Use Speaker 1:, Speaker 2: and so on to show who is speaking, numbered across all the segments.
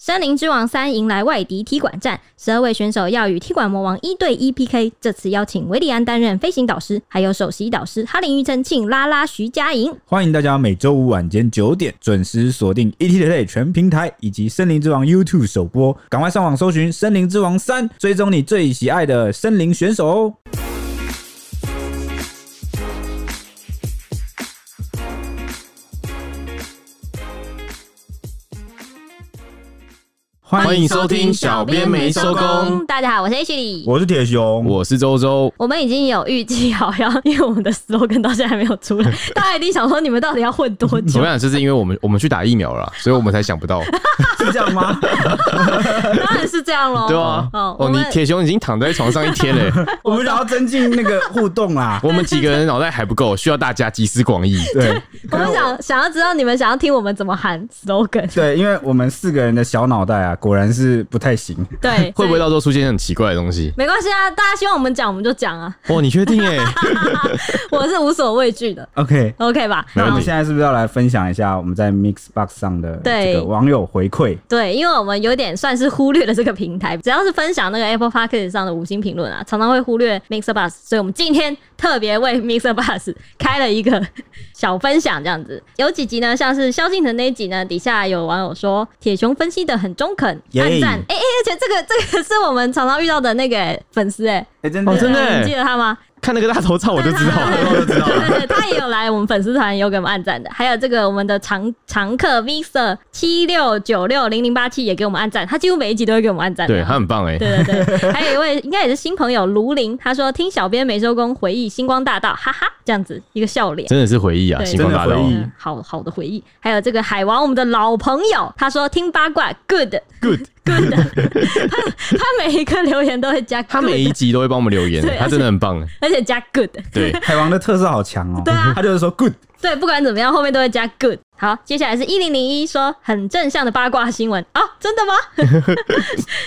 Speaker 1: 森林之王三迎来外敌踢馆战，十二位选手要与踢馆魔王一对一 PK。这次邀请维里安担任飞行导师，还有首席导师哈林庾澄庆、拉拉、徐佳莹。
Speaker 2: 欢迎大家每周五晚间九点准时锁定 E ETtoday 全平台以及《森林之王》YouTube 首播，赶快上网搜寻《森林之王三》，追踪你最喜爱的森林选手哦。
Speaker 3: 欢迎收听小编没收工
Speaker 1: 大家好，我是 H 李。
Speaker 2: 我是铁熊，
Speaker 3: 我是周周，
Speaker 1: 我们已经有预计好要，因为我们的 slogan 到现在还没有出 来，大家一定想说你们到底要混多
Speaker 3: 怎
Speaker 1: 久
Speaker 3: 么？样？就是因为我们我们去打疫苗了啦，所以我们才想不到，
Speaker 2: 是这样吗？
Speaker 1: 当然是这样喽。
Speaker 3: 对啊，
Speaker 1: 哦我
Speaker 3: 哦，你
Speaker 1: 们
Speaker 3: 铁熊已经躺在床上一 天嘞，
Speaker 2: 我们想要增进那个互动啦。
Speaker 3: 我们几个人脑袋还不够，需要大家集思广益。
Speaker 2: 对
Speaker 1: 我们想想要知道你们想要听我们怎么喊 slogan，
Speaker 2: 对，因为我们四个人的小脑袋啊，果然是不太行。
Speaker 1: 对，
Speaker 3: 会不
Speaker 1: 所
Speaker 3: 会
Speaker 1: 以
Speaker 3: 到时候出现很奇怪的东西？
Speaker 1: 没关系啊？大家希望我们讲，我们就讲 啊，
Speaker 3: 哦，你确定 哎？
Speaker 1: 我是无所畏惧的
Speaker 2: OK，
Speaker 1: ，OK 吧？
Speaker 2: 那
Speaker 3: 没问
Speaker 2: 我
Speaker 1: 好
Speaker 2: 们
Speaker 3: 题
Speaker 2: 现在是不是要来分享一下我们在 Mixbox 上的这
Speaker 1: 对
Speaker 2: 个网友回馈？
Speaker 1: 对，因为我们有点算是忽略了这个平台，只要是分享那个 Apple Podcast 上的五星评论啊，常常会忽略 Mixer Bus，所以我们今天特别为 Mixer Bus 开了一个 小分享，这样子。有几集呢，像是萧敬腾那一集呢，底下有网友说铁熊分析的很中肯，
Speaker 2: 耶
Speaker 1: 暗赞，哎、哎、而且这个这个是我们常常遇到的那个、粉丝哎、
Speaker 2: 哎，真的
Speaker 3: 哦真的
Speaker 1: 你记得他吗？
Speaker 3: 看那个大头照我就知道了。
Speaker 1: 对对对，对他也有来我们粉丝团有给我们按赞的，还有这个我们的常常客 Visa 七六九六零零八七也给我们按赞，他几乎每一集都会给我们按赞的。
Speaker 3: 对他很棒 哎，
Speaker 1: 对对对，还有一位应该也是新朋友卢林，他说听小编没收工回忆星光大道，哈哈，这样子一个笑脸。
Speaker 3: 真的是回忆啊，
Speaker 1: 对
Speaker 3: 星光大
Speaker 2: 真的
Speaker 3: 道
Speaker 2: 回忆
Speaker 1: 嗯好好的回忆，还有这个海王，我们的老朋友，他说听八卦，good
Speaker 3: ，good，
Speaker 1: good，他他每一个留言都会加 good，
Speaker 3: 他每一集都会帮我们留言
Speaker 1: 对，
Speaker 3: 他真的很棒哎。
Speaker 1: 而且加 good，
Speaker 3: 对，
Speaker 2: 海王的特色好强哦。
Speaker 1: 对啊
Speaker 2: 他就是说 good，
Speaker 1: 对，不管怎么样，后面都会加 good。好，接下来是一零零一说很正向的八卦新闻啊，真的吗？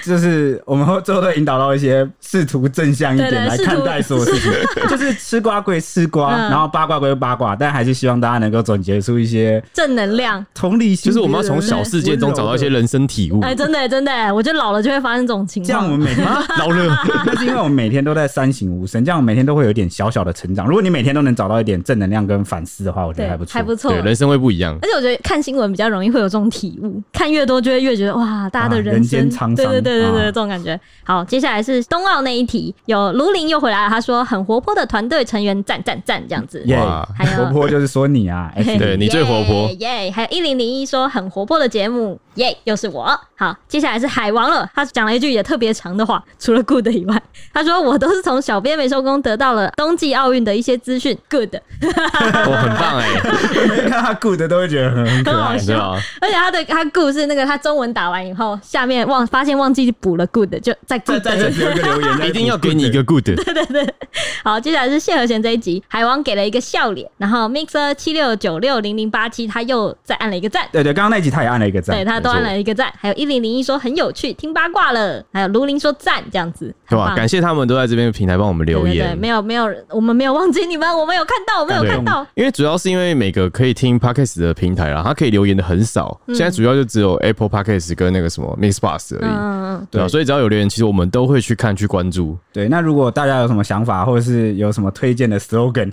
Speaker 2: 就是我们会最后都引导到一些试图正向一点
Speaker 1: 对对
Speaker 2: 来
Speaker 1: 试图
Speaker 2: 看待所有事 情，就是吃瓜归吃瓜，
Speaker 1: 嗯
Speaker 2: 然后八卦归八卦，但还是希望大家能够总结出一些
Speaker 1: 正能量。
Speaker 2: 同理心，
Speaker 3: 就是我们要从小事件中找到一些
Speaker 2: 温柔的。
Speaker 3: 人生体悟
Speaker 1: 哎、。 真的真的，我觉得老了就会发生这种情
Speaker 2: 嗯这样我
Speaker 1: 况。
Speaker 2: 们每天，
Speaker 3: 老了，
Speaker 2: 那是因为我们每天都在三省吾身，这样我们每天都会有一点小小的成长。如果你每天都能找到一点正能量跟反思的话，我觉
Speaker 1: 对
Speaker 2: 得还不，错。
Speaker 1: 还不错
Speaker 3: 对，。人生会不 一样。
Speaker 1: 而且我觉得看新闻比较容易会有这种体悟，看越多就会越觉得哇，大家的
Speaker 2: 啊人
Speaker 1: 生，
Speaker 2: 间沧桑
Speaker 1: 对对对对对，
Speaker 2: 啊
Speaker 1: 这种感觉。好，接下来是冬奥那一题，有卢林又回来了，他说很活泼的团队成员，赞赞赞这样子。
Speaker 2: 耶
Speaker 3: 哇，
Speaker 1: 还有
Speaker 2: 活泼就是说你 啊，哎
Speaker 3: 对你最活泼
Speaker 1: 耶耶还有一零零一说很活泼的节目，耶、又是我。好，接下来是海王了，他讲了一句也特别长的话，除了 good 以外，他说我都是从小编没收工得到了冬季奥运的一些资讯，good。
Speaker 3: 我很棒哎，
Speaker 2: 每看他 good 都会觉得很很可
Speaker 1: 很好
Speaker 2: 爱
Speaker 1: 笑。而
Speaker 3: 对啊，
Speaker 1: 且他的他 good 是那个他中文打完以后，下面忘发现忘记补了 good，就在 good
Speaker 2: 再再只有一个留言，
Speaker 3: 一定要 给你一个 good。
Speaker 1: 好，接下来是谢和弦这一集，海王给了一个笑脸，然后 mixer 七六九六零零八七他又再按了一个赞。
Speaker 2: 对对，刚刚那一集他也按了一个赞，
Speaker 1: 对他都
Speaker 3: 没
Speaker 1: 按
Speaker 3: 错
Speaker 1: 了一个赞，还有一零零一说很有趣，听八卦了，还有卢林说赞这样子，
Speaker 3: 对
Speaker 1: 很
Speaker 3: 吧？
Speaker 1: 棒
Speaker 3: 感谢他们都在这边的平台帮我们留
Speaker 1: 对对对
Speaker 3: 言，
Speaker 1: 没有没有，我们没有忘记你们，我们有看到，我们有
Speaker 3: 对
Speaker 1: 看到，
Speaker 3: 因为主要是因为每个可以听 podcast 的平台啦，它可以留言的很少，现在主要就只有 Apple podcast 跟那个什么 Mixbox 而
Speaker 1: 嗯
Speaker 3: 已，
Speaker 1: 嗯嗯，
Speaker 3: 对啊，
Speaker 2: 对
Speaker 3: 所以只要有留言，其实我们都会去看去关注。
Speaker 2: 对，那如果大家有什么想法，或者是有什么推荐的 slogan，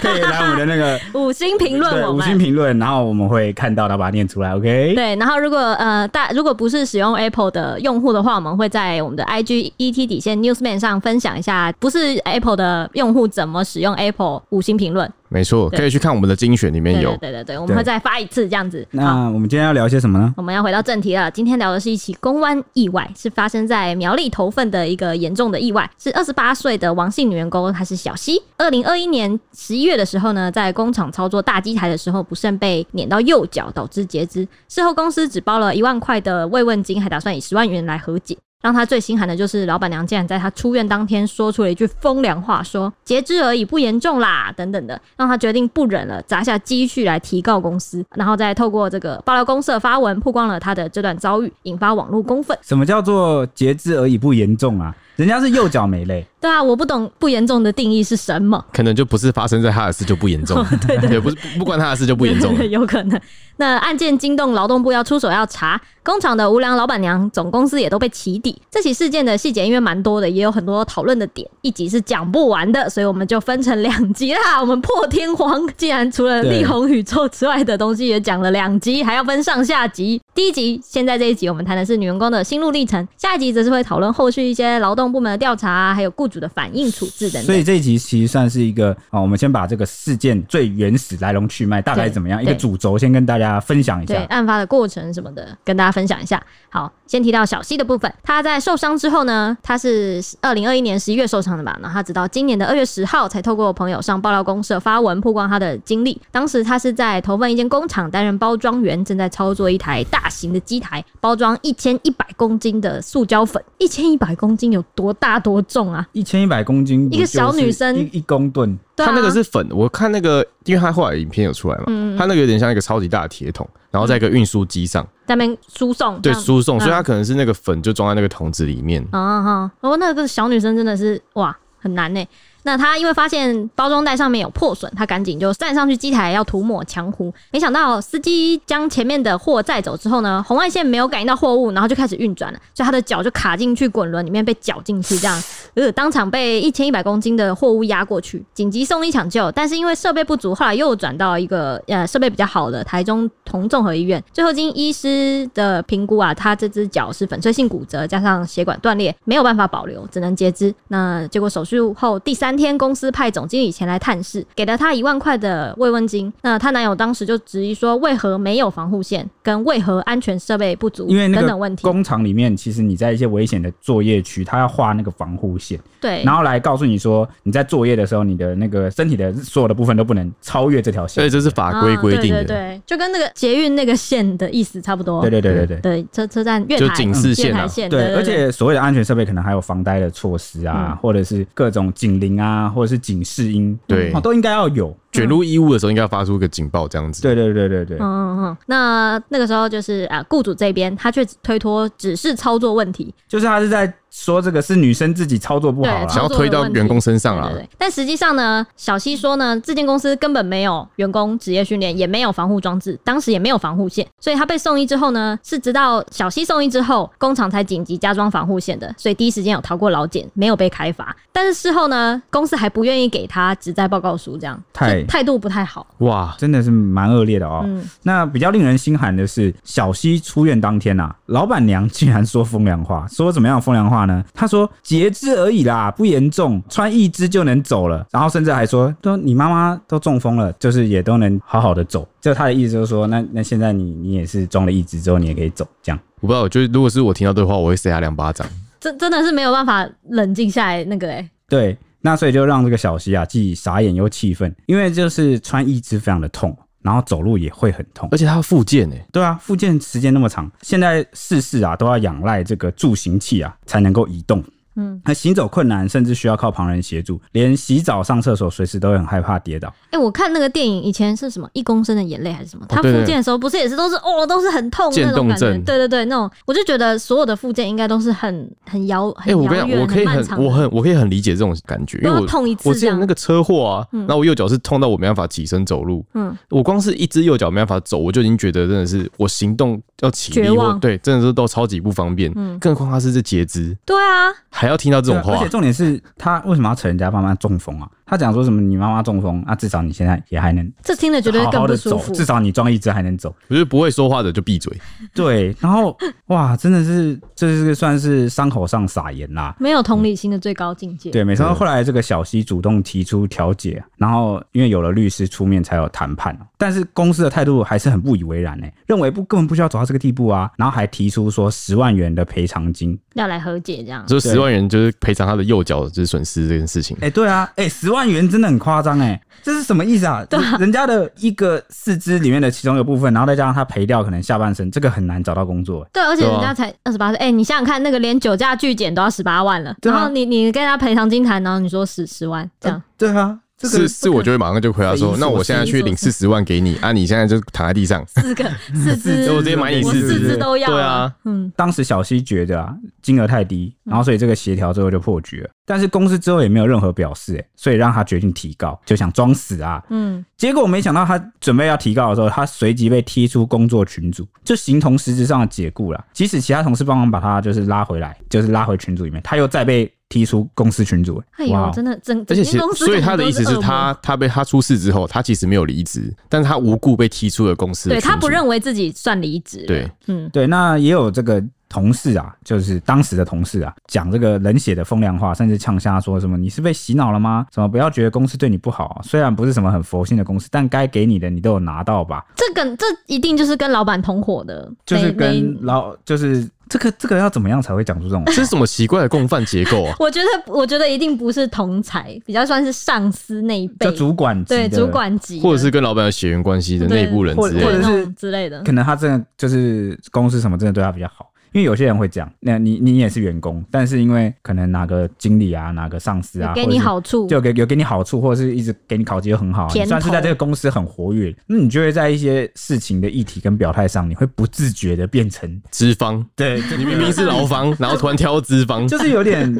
Speaker 2: 可以 来我们的那个
Speaker 1: 嗯五星评论
Speaker 2: 对
Speaker 1: 我
Speaker 2: 五星
Speaker 1: 们。
Speaker 2: 评论，然后我们会看到，然后把它念出来。OK，
Speaker 1: 对，然后如果呃大如果不是使用 Apple 的用户的话，我们会在我们的 IG ET 底线 Newsman 上分享一下，不是 Apple 的用户怎么使用 Apple 五星评论。
Speaker 3: 没错，
Speaker 1: 对
Speaker 3: 可以去看我们的精选里面
Speaker 1: 对
Speaker 3: 有
Speaker 1: 对。对对对，我们会再发一次这样子。好。
Speaker 2: 那我们今天要聊些什么呢？
Speaker 1: 我们要回到正题了。今天聊的是一起公湾意外，是发生在苗栗头份的一个严重的意外，是二十八岁的王姓女员工，她是小西。二零二一年十一月的时候呢，在工厂操作大机台的时候，不慎被碾到右脚，导致截肢。事后公司只包了一万块的慰问金，还打算以十万元来和解。让他最心寒的就是老板娘竟然在他出院当天说出了一句风凉话，说截肢而已，不严重啦，等等的，让他决定不忍了，砸下积蓄来提告公司，然后再透过这个爆料公社发文曝光了他的这段遭遇，引发网络公愤。
Speaker 2: 什么叫做截肢而已不严重啊？人家是右脚没嘞，
Speaker 1: 对啊，我不懂不严重的定义是什么。
Speaker 3: 可能就不是发生在他的事就不严 重，对对不是不不关他的事就不严重 了。
Speaker 1: 有可能。那案件惊动劳动部要出手要查，工厂的无良老板娘、总公司也都被起底。这起事件的细节因为蛮多的，也有很多讨论的点，一集是讲不完的，所以我们就分成两集啦。我们破天荒，竟然除了
Speaker 2: 对
Speaker 1: 力宏宇宙之外的东西也讲了两集，还要分上下集。第一集，现在这一集我们谈的是女员工的心路历程，下一集则是会讨论后续一些劳动部门的调查啊，还有雇主的反应处置等
Speaker 2: 所以
Speaker 1: 等。
Speaker 2: 这一集其实算是一个啊、我们先把这个事件最原始来龙去脉大概
Speaker 1: 对
Speaker 2: 怎么样，一
Speaker 1: 对
Speaker 2: 个主轴先跟大家分享一
Speaker 1: 对
Speaker 2: 下。
Speaker 1: 案发的过程什么的，跟大家分享一下。好，先提到小西的部分，他在受伤之后呢，他是二零二一年十一月受伤的嘛，然后他直到今年的二月十号才透过朋友上爆料公社发文曝光他的经历。当时他是在投奔一间工厂担任包装员，正在操作一台大型的机台，包装一千一百公斤的塑胶粉。一千一百公斤有多大多重啊？
Speaker 2: 一千一百公斤不
Speaker 1: 一个
Speaker 2: 就是
Speaker 1: 小女生
Speaker 2: 一一公吨，
Speaker 1: 对啊，
Speaker 3: 他那个是粉，我看那个，因为他后来影片有出来嘛，
Speaker 1: 嗯
Speaker 3: 他那个有点像一个超级大的铁桶，然后在一个运输机上，
Speaker 1: 在那边输送，
Speaker 3: 对
Speaker 1: 这样
Speaker 3: 输送，所以
Speaker 1: 嗯
Speaker 3: 他可能是那个粉就装在那个桶子里面。
Speaker 1: 啊哈，哦，那个小女生真的是哇，很难呢。那她因为发现包装袋上面有破损，她赶紧就站上去机台要涂抹强糊，没想到司机将前面的货载走之后呢，红外线没有感应到货物，然后就开始运转了，所以她的脚就卡进去滚轮里面被搅进去，这样呃，当场被一千一百公斤的货物压过去，紧急送医抢救，但是因为设备不足，后来又转到一个呃设备比较好的台中同综合医院。最后经医师的评估啊，他这只脚是粉碎性骨折加上血管断裂，没有办法保留，只能截肢。那结果手术后第三天，公司派总经理前来探视，给了他一万块的慰问金。那她男友当时就质疑说，为何没有防护线，跟为何安全设备不足
Speaker 2: 因为那
Speaker 1: 等等问
Speaker 2: 个
Speaker 1: 题。
Speaker 2: 工厂里面，其实你在一些危险的作业区，它要画那个防护线，
Speaker 1: 对，
Speaker 2: 然后来告诉你说你在作业的时候，你的那个身体的所有的部分都不能超越这条
Speaker 3: 所
Speaker 2: 线
Speaker 3: 以。这是法规
Speaker 1: 啊
Speaker 3: 规定
Speaker 1: 对对
Speaker 3: 的，
Speaker 1: 对，就跟那个捷运那个线的意思差不多。
Speaker 2: 对对对对对。
Speaker 1: 对，车车站月
Speaker 3: 就
Speaker 1: 台嗯
Speaker 3: 警示线
Speaker 1: 月台
Speaker 3: 啊，
Speaker 1: 线，
Speaker 2: 对，而且所谓的安全设备可能还有防呆的措施啊，
Speaker 1: 嗯
Speaker 2: 或者是各种警铃啊，或者是警示音，
Speaker 3: 对
Speaker 2: 哦，都应该要有。
Speaker 3: 卷入衣物的时候应该要发出一个警报这样子。
Speaker 2: 对对对对对，
Speaker 1: 嗯嗯嗯，那那个时候就是啊，雇主这边他却推脱只是操作问题，
Speaker 2: 就是他是在说这个是女生自己操作不好
Speaker 1: 对
Speaker 2: 啊
Speaker 1: 操
Speaker 3: 想要推到员工身上啊
Speaker 1: 对，对对。但实际上呢，小西说呢，这间公司根本没有员工职业训练，也没有防护装置，当时也没有防护线，所以他被送医之后呢，是直到小西送医之后，工厂才紧急加装防护线的，所以第一时间有逃过劳检，没有被开罚。但是事后呢，公司还不愿意给他职灾报告书，这样
Speaker 2: 太
Speaker 1: 就态度不太好。
Speaker 3: 哇，
Speaker 2: 真的是蛮恶劣的哦。
Speaker 1: 嗯，
Speaker 2: 那比较令人心寒的是，小西出院当天啊，老板娘竟然说风凉话，说怎么样的风凉话呢？她说截肢而已啦，不严重，穿一只就能走了。然后甚至还说，都你妈妈都中风了，就是也都能好好的走。就她的意思就是说，那那现在你你也是中了一只之后，你也可以走，这样
Speaker 3: 我不知道，就是如果是我听到这话，我会塞他两巴掌。
Speaker 1: 真真的是没有办法冷静下来那个哎、
Speaker 2: 对。那所以就让这个小西啊，既傻眼又气愤，因为就是穿一只非常的痛，然后走路也会很痛。
Speaker 3: 而且他要复健哎，
Speaker 2: 对啊，复健时间那么长，现在事事啊都要仰赖这个助行器啊才能够移动。
Speaker 1: 嗯，
Speaker 2: 那行走困难，甚至需要靠旁人协助，连洗澡、上厕所，随时都会很害怕跌倒。
Speaker 1: 哎、我看那个电影以前是什么一公升的眼泪还是什么？他复
Speaker 3: 哦对
Speaker 1: 健的时候不是也是都是哦，都是很痛
Speaker 3: 渐
Speaker 1: 那种
Speaker 3: 冻
Speaker 1: 感觉。
Speaker 3: 症
Speaker 1: 对对对，那种我就觉得所有的复健应该都是很很遥
Speaker 3: 哎、
Speaker 1: 很
Speaker 3: 我
Speaker 1: 遥
Speaker 3: 跟你
Speaker 1: 远、
Speaker 3: 讲，我可以
Speaker 1: 漫
Speaker 3: 很
Speaker 1: 长的
Speaker 3: 我很我可以很理解这种感觉，因为
Speaker 1: 都要
Speaker 3: 我
Speaker 1: 痛一次
Speaker 3: 我之
Speaker 1: 这
Speaker 3: 前
Speaker 1: 样
Speaker 3: 那个车祸啊，那、我右脚是痛到我没办法起身走路，
Speaker 1: 嗯
Speaker 3: 我光是一只右脚没办法走，我就已经觉得真的是我行动要起
Speaker 1: 绝
Speaker 3: 立或
Speaker 1: 望
Speaker 3: 对，真的是都超级不方便，
Speaker 1: 嗯
Speaker 3: 更何况他是这截肢，
Speaker 1: 对啊，
Speaker 3: 还要听到这种
Speaker 2: 对啊而
Speaker 3: 话
Speaker 2: 且，重点是他为什么要扯人家妈妈中风啊？他讲说什么你妈妈中风啊，至少你现在也还能
Speaker 1: 这听了绝对
Speaker 2: 好
Speaker 1: 更
Speaker 2: 好
Speaker 1: 不
Speaker 2: 的
Speaker 1: 舒
Speaker 2: 走，
Speaker 1: 服。
Speaker 2: 至少你装一只还能走。
Speaker 3: 我觉得不会说话的就闭嘴，
Speaker 2: 对，然后哇，真的是这是算是伤口上撒盐啦。
Speaker 1: 没有同理心的最高境界。
Speaker 2: 对，没想到
Speaker 3: 对
Speaker 2: 后来这个小西主动提出调解，然后因为有了律师出面才有谈判，哦但是公司的态度还是很不以为然呢、认为不根本不需要走到这个地步啊，然后还提出说十万元的赔偿金，
Speaker 1: 要来和解这样。
Speaker 3: 就是十万元就是赔偿他的右脚就是损失这件事情。
Speaker 2: 哎、对啊，哎、十万元真的很夸张哎，这是什么意思啊？对人家的一个四肢里面的其中一个部分，然后再加上他赔掉可能下半身，这个很难找到工作。欸
Speaker 1: 对，而且
Speaker 3: 对啊
Speaker 1: 人家才二十八岁，哎、你想想看，那个连酒驾拒检都要十八万了，
Speaker 2: 对啊
Speaker 1: 然后你你跟他赔偿金谈，然后你说十十万这样，
Speaker 2: 对啊，这
Speaker 3: 是
Speaker 2: 个
Speaker 3: 是，我就会马上就回答
Speaker 2: 匪
Speaker 3: 说
Speaker 2: 夷，所
Speaker 3: 那我
Speaker 2: 思
Speaker 3: 现在去领四十万给你，啊，你现在就躺在地上，
Speaker 1: 四个四只，
Speaker 3: 呃 我直接买你
Speaker 1: 我
Speaker 3: 四
Speaker 1: 四只
Speaker 3: 只
Speaker 1: 都要，
Speaker 3: 对啊，
Speaker 1: 嗯，
Speaker 2: 当时小西觉得啊，金额太低，然后所以这个协调最后就破局了。但是公司之后也没有任何表示、哎，所以让他决定提告，就想装死啊。
Speaker 1: 嗯，
Speaker 2: 结果没想到他准备要提告的时候，他随即被踢出工作群组，就形同实质上的解雇了。即使其他同事帮忙把他就是拉回来，就是拉回群组里面，他又再被踢出公司群组。欸
Speaker 1: 哎呦，
Speaker 2: 哇哦
Speaker 1: 真的整
Speaker 3: 而
Speaker 1: 整
Speaker 3: 且
Speaker 1: 间
Speaker 3: 其
Speaker 1: 公司
Speaker 3: 所
Speaker 1: 感
Speaker 3: 以
Speaker 1: 觉
Speaker 3: 他的
Speaker 1: 都
Speaker 3: 意思
Speaker 1: 是
Speaker 3: 是
Speaker 1: 恶魔
Speaker 3: 他他被他出事之后，他其实没有离职，但是他无故被踢出了公司的
Speaker 1: 对
Speaker 3: 群组，
Speaker 1: 他不认为自己算离职，
Speaker 3: 对，
Speaker 1: 嗯，
Speaker 2: 对，那也有这个同事啊，就是当时的同事啊，讲这个冷血的风凉话，甚至呛瞎说什么“你是被洗脑了吗？什么不要觉得公司对你不好啊、虽然不是什么很佛心的公司，但该给你的你都有拿到吧？
Speaker 1: 这个这一定就是跟老板同伙的，
Speaker 2: 就是
Speaker 1: 没没？
Speaker 2: 跟老就是这个这个要怎么样才会讲出这种话？
Speaker 3: 这是什么奇怪的共犯结构啊
Speaker 1: 我觉得，我觉得一定不是同才，比较算是上司那一辈
Speaker 2: 就，主管级
Speaker 1: 对
Speaker 2: 的
Speaker 1: 主管级的，
Speaker 3: 或者是跟老板有血缘关系的
Speaker 1: 对
Speaker 3: 内部人
Speaker 2: 或
Speaker 3: 之类
Speaker 2: 或
Speaker 1: 对
Speaker 2: 者
Speaker 3: 的
Speaker 2: 是，
Speaker 1: 那种之类的
Speaker 2: 可。能他真的就是公司什么真的对他比较好，因为有些人会讲，那你你也是员工，但是因为可能哪个经理啊、哪个上司啊，
Speaker 1: 给
Speaker 2: 或者
Speaker 1: 你
Speaker 2: 是
Speaker 1: 好处，
Speaker 2: 就给有给你好处，或者是一直给你考绩又很好，啊
Speaker 1: 甜
Speaker 2: 你算是
Speaker 1: 头
Speaker 2: 在这个公司很活跃，那你就会在一些事情的议题跟表态上，你会不自觉的变成
Speaker 3: 资方，
Speaker 2: 对，
Speaker 3: 你明明是劳方，然后突然挑资方，
Speaker 2: 就是有 点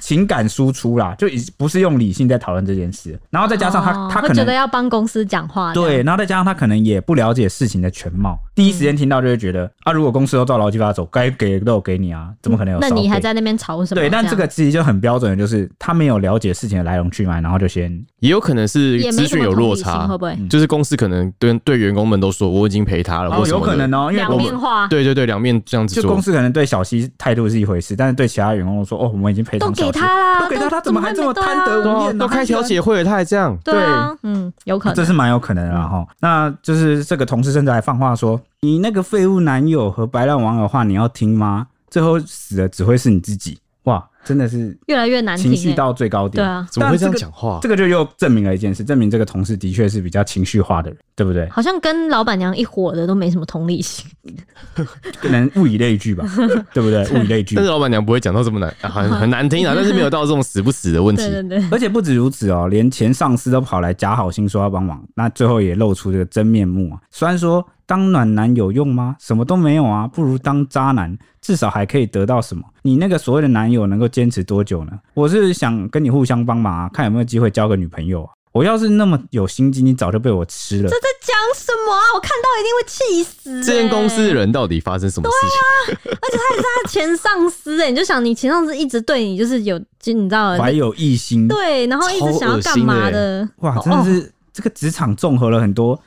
Speaker 2: 情感输出啦，就已不是用理性在讨论这件事，然后再加上他、
Speaker 1: 哦
Speaker 2: 他
Speaker 1: 会
Speaker 2: 可
Speaker 1: 觉得
Speaker 2: 能。
Speaker 1: 要帮公司讲话，
Speaker 2: 对，，然后再加上他可能也不了解事情的全貌，第一时间听到就会觉得、啊，如果公司都照劳基法走，该给的都有给你啊，怎么可能有
Speaker 1: 那
Speaker 2: 少
Speaker 1: 你还
Speaker 2: 给
Speaker 1: 在那边吵什么？
Speaker 2: 对？但
Speaker 1: 样
Speaker 2: 这个其实就很标准的，就是他没有了解事情的来龙去脉，然后就先
Speaker 3: 也有可能是
Speaker 1: 也没
Speaker 3: 资
Speaker 1: 什
Speaker 3: 讯
Speaker 1: 么
Speaker 3: 有落
Speaker 1: 同理心
Speaker 3: 差，
Speaker 1: 会不
Speaker 2: 嗯
Speaker 1: 会？
Speaker 3: 就是公司可能对对员工们都说我已经陪他了，或
Speaker 2: 哦，
Speaker 3: 什
Speaker 2: 有
Speaker 3: 么的
Speaker 2: 可能哦，因为
Speaker 1: 两
Speaker 2: 我们。
Speaker 1: 面话，
Speaker 3: 对对对，两面这样子
Speaker 2: 就
Speaker 3: 做
Speaker 2: 公，司可能对小西态度是一回事，但是对其他员工说，哦，我们已经赔
Speaker 1: 都
Speaker 2: 偿小
Speaker 1: 给
Speaker 2: 西，
Speaker 1: 他啦，
Speaker 2: 都给他，他怎么还这么
Speaker 1: 会没
Speaker 2: 贪得
Speaker 1: 对啊
Speaker 2: 无
Speaker 3: 哦
Speaker 2: 厌呢？
Speaker 3: 都开调解会了，他还这样，
Speaker 1: 对啊，嗯，有可
Speaker 2: 这
Speaker 1: 能。
Speaker 2: 是蛮有可能的哈、那就是这个同事甚至还放话说，你那个废物男友和白烂网友的话，你要听吗？最后死的只会是你自己。哇，真的是
Speaker 1: 越来越难听
Speaker 2: 情绪
Speaker 1: 欸，
Speaker 2: 到最高
Speaker 1: 对
Speaker 2: 点。
Speaker 1: 啊，
Speaker 3: 怎么会这样
Speaker 2: 但个
Speaker 3: 讲话？
Speaker 2: 这个就又证明了一件事，证明这个同事的确是比较情绪化的人，对 不对？
Speaker 1: 好像跟老板娘一伙的都没什么同理心，
Speaker 2: 可能物以类聚吧，对不对？物以类聚
Speaker 3: 但。是老板娘不会讲到这么难，啊很很难听啊，但是没有到这种死不死的
Speaker 2: 嗯
Speaker 3: 问题
Speaker 1: 对。对对，
Speaker 2: 而且不止如此哦，连前上司都跑来假好心说要帮忙，那最后也露出这个真面目啊。虽然说当暖男有用吗？什么都没有啊，不如当渣男，至少还可以得到什么？你那个所谓的男友能够坚持多久呢？我是想跟你互相帮忙啊，看有没有机会交个女朋友啊。我要是那么有心机，你早就被我吃了。
Speaker 1: 在讲什么啊？我看到一定会气死、欸。
Speaker 3: 这间公司的人到底发生什么事情？
Speaker 1: 他前上司哎、你就想你前上司一直对你就是有，就你知道
Speaker 2: 怀有异心，
Speaker 1: 对，然后一直想要干嘛的？
Speaker 2: 欸哇，真的
Speaker 1: 哦、
Speaker 2: 是这个职场综合了很多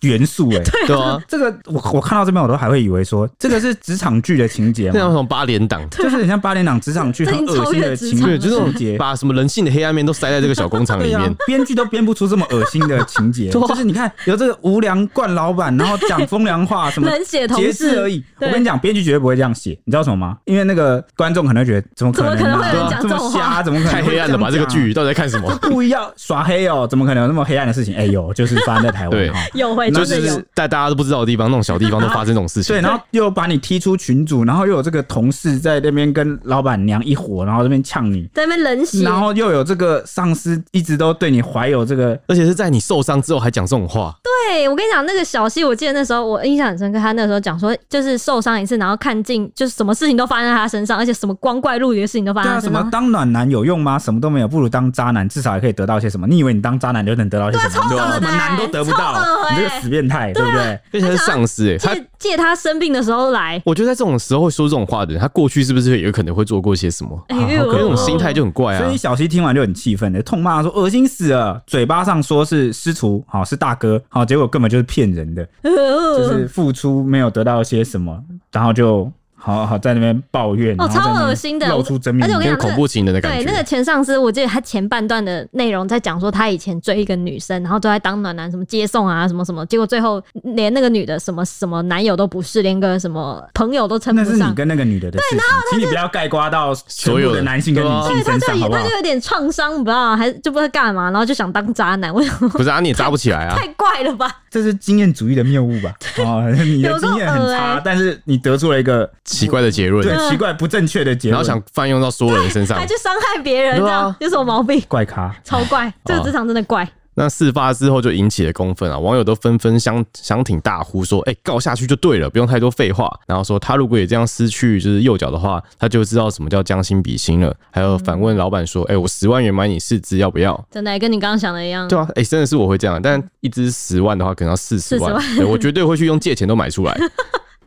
Speaker 2: 元 素哎、
Speaker 3: 对啊，
Speaker 2: 这个我我看到这边我都还会以为说这个是职场剧的情节嘛
Speaker 3: 那种，什么八连档，
Speaker 2: 就是很像八点档职场剧
Speaker 1: 这已
Speaker 2: 很
Speaker 1: 经
Speaker 2: 恶
Speaker 1: 啊超
Speaker 2: 心
Speaker 1: 越
Speaker 2: 的
Speaker 1: 职
Speaker 2: 情
Speaker 1: 场
Speaker 2: 节
Speaker 1: 了
Speaker 3: 对，就
Speaker 2: 情
Speaker 3: 这种
Speaker 2: 节。
Speaker 3: 把什么人性的黑暗面都塞在这个小工厂
Speaker 2: 对
Speaker 3: 里
Speaker 2: 呀、
Speaker 3: 面。
Speaker 2: 编剧都编不出这么恶心的情 节，
Speaker 3: 对啊
Speaker 2: 就是你看有这个无良惯老板，然后讲风凉 话，什么
Speaker 1: 冷血同
Speaker 2: 节制
Speaker 1: 事
Speaker 2: 而已。我
Speaker 1: 对
Speaker 2: 跟你讲，编剧绝对不会这样写，你知道什么吗？因为那个观众可能会觉得怎么可能、啊？
Speaker 1: 怎么可能会有人讲
Speaker 2: 这
Speaker 1: 这种
Speaker 2: 么
Speaker 1: 话
Speaker 2: 瞎？怎么可能、
Speaker 3: 太黑暗了吧？这个
Speaker 2: 啊
Speaker 3: 剧到底在看什么？
Speaker 2: 故意要耍黑哦，怎么可能有那么黑暗的事情？哎呦，就是发生在台湾
Speaker 3: 对
Speaker 2: 哈。
Speaker 1: 有会
Speaker 3: 就
Speaker 1: 真的有
Speaker 3: 是在大家都不知道的地方，那种小地方都发生这种事情
Speaker 2: 对，。然后又把你踢出群组，然后又有这个同事在那边跟老板娘一伙，然后这边呛你，
Speaker 1: 在那边冷血，
Speaker 2: 然后又有这个上司一直都对你怀有这个
Speaker 3: 而且是在你受伤之后还讲这种话，
Speaker 1: 对，我跟你讲，那个小西，我记得那时候我印象很深刻，他那时候讲说，就是受伤一次，然后看尽就是什么事情都发生在他身上，而且什么光怪陆离的事情都发生
Speaker 2: 对
Speaker 1: 在
Speaker 2: 啊，
Speaker 1: 他
Speaker 2: 什
Speaker 1: 身
Speaker 2: 么
Speaker 1: 上。
Speaker 2: 当暖男有用吗？什么都没有，不如当渣男，至少还可以得到些什么？你以为你当渣男就能得到些什么？
Speaker 1: 对啊超恶的
Speaker 2: 什么男都得不到
Speaker 1: 超恶，欸
Speaker 2: 你这个死变态，对不对？
Speaker 3: 而且他是上司哎，他
Speaker 1: 借借他生病的时候来，
Speaker 3: 我觉得在这种时候说这种话的人，他过去是不是有可能会做过些什么？
Speaker 1: 哎
Speaker 2: 好
Speaker 1: 呦，
Speaker 3: 可能那种心态就很怪
Speaker 2: 所
Speaker 3: 啊
Speaker 2: 以。小西听完就很气愤的，痛骂说：“恶心死了！”嘴巴上说是师徒，好、是大哥，好、结果根本就是骗人的，
Speaker 1: 呃，
Speaker 2: 就是付出没有得到些什么，然后就好好在那边抱怨，
Speaker 1: 哦
Speaker 2: 然后在那边
Speaker 1: 超恶心的
Speaker 2: 露出真面
Speaker 1: 而且我跟
Speaker 2: 目
Speaker 1: 你。
Speaker 3: 有
Speaker 1: 讲
Speaker 3: 点恐怖情人的感
Speaker 1: 对，
Speaker 3: 觉。
Speaker 1: 那个前上司，我记得他前半段的内容在讲说，他以前追一个女生，然后都在当暖男，什么接送啊，什么什么，结果最后连那个女的什么什么男友都不是，连个什么朋友都称
Speaker 2: 那
Speaker 1: 不
Speaker 2: 是
Speaker 1: 上
Speaker 2: 你。跟那个女的的事情，请你不要盖刮到所有的男性跟女
Speaker 3: 所
Speaker 1: 对，
Speaker 2: 性
Speaker 1: 他
Speaker 2: 身
Speaker 1: 就
Speaker 2: 上，好不
Speaker 1: 他
Speaker 2: 好
Speaker 1: 就？有点创伤，不知道还就不知道干嘛，然后就想当渣男，我想说
Speaker 3: 不是啊，你也扎不起来啊。
Speaker 1: 太怪了吧？
Speaker 2: 这是经验主义的谬误 吧？哦，你的经验很
Speaker 1: 有够恶
Speaker 2: 差
Speaker 1: 欸，
Speaker 2: 但是你得出了一个
Speaker 3: 奇怪的结论，
Speaker 2: 对奇怪不正确的结
Speaker 3: 然后
Speaker 2: 论，
Speaker 3: 想泛用到所有人身上
Speaker 1: 还。去伤害别人，
Speaker 3: 对
Speaker 1: 这
Speaker 3: 啊
Speaker 1: 样有什么毛病？
Speaker 2: 怪咖。
Speaker 1: 超怪，这个职场真的怪。
Speaker 3: 那事发之后就引起了公愤啊，网友都纷纷相相挺大呼说：“哎、告下去就对了，不用太多废话。”然后说他如果也这样失去就是右脚的话，他就知道什么叫将心比心了。还有反问老板说：“哎、我十万元买你四只，要不要
Speaker 1: 真的跟你刚刚想的一样？”。
Speaker 3: 对啊，哎、真的是我会这样，
Speaker 1: 嗯
Speaker 3: 但一只十万的话，可能要四十万，
Speaker 1: 40
Speaker 3: 对我绝对会去用借钱都买 出来。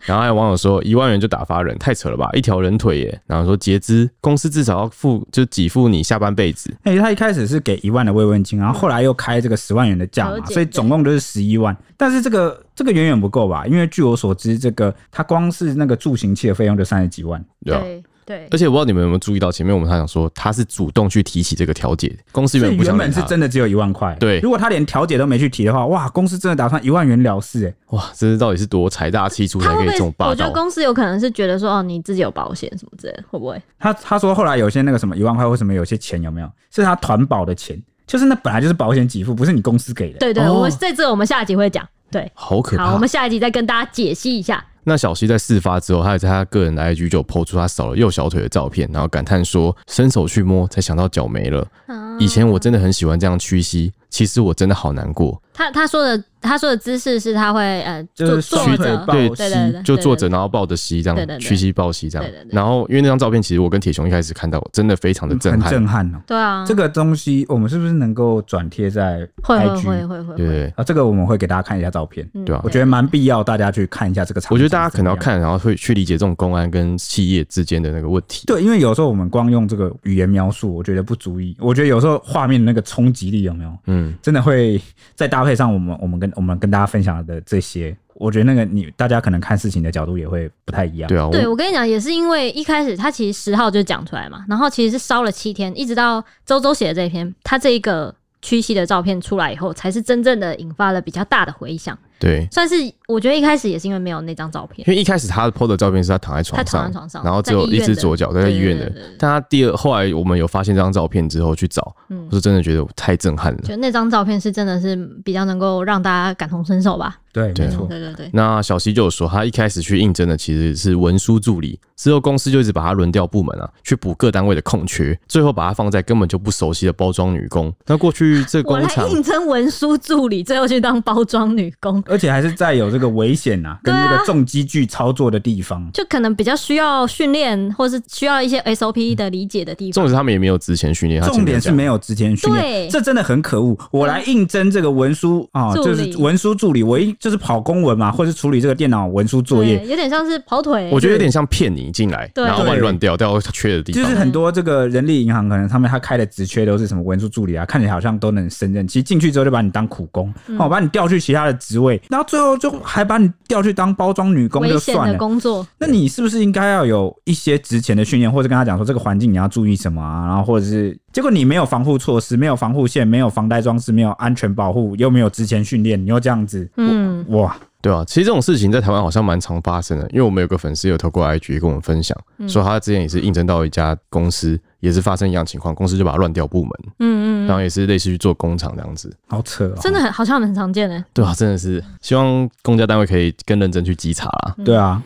Speaker 3: 然后还有网友说一万元就打发人，太扯了吧，一条人腿耶。然后说截肢，公司至少要付就给付你下半辈子。
Speaker 2: 哎、他一开始是给一万的慰问金，然后后来又开这个十万元的价
Speaker 1: 和
Speaker 2: 嘛，
Speaker 1: 解
Speaker 2: 所以总共就是十一万。但是这个这个远远不够吧？因为据我所知，这个他光是那个助行器的费用就三十几万。
Speaker 3: 对啊，
Speaker 1: 对
Speaker 3: 而且我不知道你们有没有注意到，前面我们他讲说他是主动去提起这个调解，公司
Speaker 2: 所
Speaker 3: 原
Speaker 2: 以
Speaker 3: 本不
Speaker 2: 原
Speaker 3: 想理
Speaker 2: 本是
Speaker 3: 他。
Speaker 2: 真的只有一万块。
Speaker 3: 对
Speaker 2: 如果他连调解都没去提的话，哇，公司真的打算一万元了事哎、
Speaker 3: 哇，这是到底是多财大气粗才
Speaker 1: 他
Speaker 3: 可
Speaker 1: 会
Speaker 3: 以这
Speaker 1: 不
Speaker 3: 种
Speaker 1: 会？
Speaker 3: 霸
Speaker 1: 我觉
Speaker 3: 道
Speaker 1: 得？公司有可能是觉得说，哦，你自己有保险什么之类的，会不会？
Speaker 2: 他他说后来有些那个什么一万块，为什么有些钱有没有是他团保的钱？就是那本来就是保险给付，不是你公司给的。
Speaker 1: 对对，
Speaker 3: 哦
Speaker 1: 我们这次我们下一集会讲。对，
Speaker 3: 好可
Speaker 1: 好，我
Speaker 3: 怕
Speaker 1: 们！下一集再跟大家解析一下。
Speaker 3: 那小西在事发之后，他也在他个人的 IG 就抛出他少了右小腿的照片，然后感叹说：“伸手去摸，才想到脚没了。
Speaker 1: 啊
Speaker 3: 以前我真的很喜欢这样屈膝，其实我真的好难过。
Speaker 1: 他他说的他说的姿势是他会呃
Speaker 2: 就是
Speaker 1: 坐坐
Speaker 2: 双腿
Speaker 1: 着
Speaker 2: 抱，
Speaker 3: 对
Speaker 1: 对对对，
Speaker 3: 就
Speaker 1: 嗯对
Speaker 3: 坐着，。然后抱着膝这
Speaker 1: 对对对
Speaker 3: 样，屈膝抱膝这样
Speaker 1: 对对。对
Speaker 3: 然后因为那张照片，其实我跟铁雄一开始看到，真的非常的
Speaker 2: 很
Speaker 3: 震撼。
Speaker 2: 震撼哦、
Speaker 1: 对对啊，
Speaker 2: 这个东西我们是不是能够转贴在 IG？
Speaker 1: 会会会会会会，
Speaker 3: 对，
Speaker 2: 啊，这个我们会给大家看一下照片。
Speaker 1: 嗯
Speaker 3: 对啊
Speaker 2: 我觉得蛮必要，大家去看一下这个场景。
Speaker 3: 我觉得大家可能要，看，然后会去理解这种公安跟企业之间的那个问题。
Speaker 2: 对，因为有时候我们光用这个语言描述，我觉得不足以。我觉得有时候画面的那个冲击力有没有，
Speaker 3: 嗯，
Speaker 2: 真的会再搭配上我们我们跟我们跟大家分享的这些，我觉得那个你大家可能看事情的角度也会不太一样。
Speaker 3: 对啊，我
Speaker 1: 对，我跟你讲，也是因为一开始他其实十号就讲出来嘛，然后其实是烧了七天，一直到周周写的这一篇，他这一个屈膝的照片出来以后，才是真正的引发了比较大的回响。
Speaker 3: 对，
Speaker 1: 算是我觉得一开始也是因为没有那张照片，
Speaker 3: 因为一开始他 PO 的照片是他躺在床
Speaker 1: 他躺
Speaker 3: 上，
Speaker 1: 在床上
Speaker 3: 然后只有一只左脚在
Speaker 1: 在
Speaker 3: 医
Speaker 1: 医
Speaker 3: 院
Speaker 1: 院
Speaker 3: 的
Speaker 1: 的。
Speaker 3: 对对对但他第二后来我们有发现这张照片之后去找，
Speaker 1: 嗯
Speaker 3: 我是真的觉得我太震撼了。
Speaker 1: 觉得那张照片是真的是比较能够让大家感同身受吧。
Speaker 2: 对，
Speaker 3: 对啊
Speaker 2: 没错。
Speaker 1: 对对对，
Speaker 3: 那小西就有说，他一开始去应征的其实是文书助理，之后公司就一直把他轮调部门啊，去补各单位的空缺，最后把他放在根本就不熟悉的包装女工。那过去这
Speaker 1: 我
Speaker 3: 工
Speaker 1: 来
Speaker 3: 厂
Speaker 1: 应征文书助理，最后去当包装女工，
Speaker 2: 而且还是在有这个危险啊，跟这个重机具操作的地方。
Speaker 1: 就可能比较需要训练，或是需要一些
Speaker 3: 嗯
Speaker 1: SOP 的理解的地
Speaker 3: 重
Speaker 1: 方。
Speaker 3: 点是他们也没有职前训练，他前
Speaker 2: 重
Speaker 3: 面有
Speaker 2: 点是
Speaker 3: 讲
Speaker 2: 没有之前训练，
Speaker 1: 对
Speaker 2: 这真的很可恶。我来应征这个文书啊、
Speaker 1: 助
Speaker 2: 就
Speaker 1: 理
Speaker 2: 是文书助理，我一就是跑公文嘛，或是处理这个电脑文书作业
Speaker 1: 对，，有点像是跑腿。
Speaker 3: 我觉得有点像骗你进来，
Speaker 1: 对
Speaker 3: 然后把你乱调调他缺的地
Speaker 2: 就
Speaker 3: 方
Speaker 2: 是。很多这个人力银行，可能他们他开的职缺都是什么文书助理啊，看起来好像都能胜任，其实进去之后就把你当苦工，
Speaker 1: 嗯
Speaker 2: 哦，把你调去其他的职位，然后最后就还把你调去当包装女工
Speaker 1: 危
Speaker 2: 就
Speaker 1: 险
Speaker 2: 算
Speaker 1: 的
Speaker 2: 了。
Speaker 1: 工作，
Speaker 3: 哦
Speaker 2: 那你是不是应该要有一些职前的训练，或者跟他讲说这个环境你要注意什么啊？然后或者是结果你没有防护措施，没有防护线，没有防呆装置，没有安全保护，又没有职前训练，你又这样子，
Speaker 1: 嗯，
Speaker 2: 哇，
Speaker 3: 对啊，其实这种事情在台湾好像蛮常发生的，因为我们有个粉丝有透过 IG 跟我们分享，说他之前也是应征到一家公司，也是发生一样情况，公司就把他乱调部门，嗯嗯，然后也是类似于做工厂这样子。
Speaker 2: 好扯哦！
Speaker 1: 真的很好像很常见呢。
Speaker 3: 对啊，真的是希望公家单位可以更认真去稽查啦。
Speaker 2: 对啊，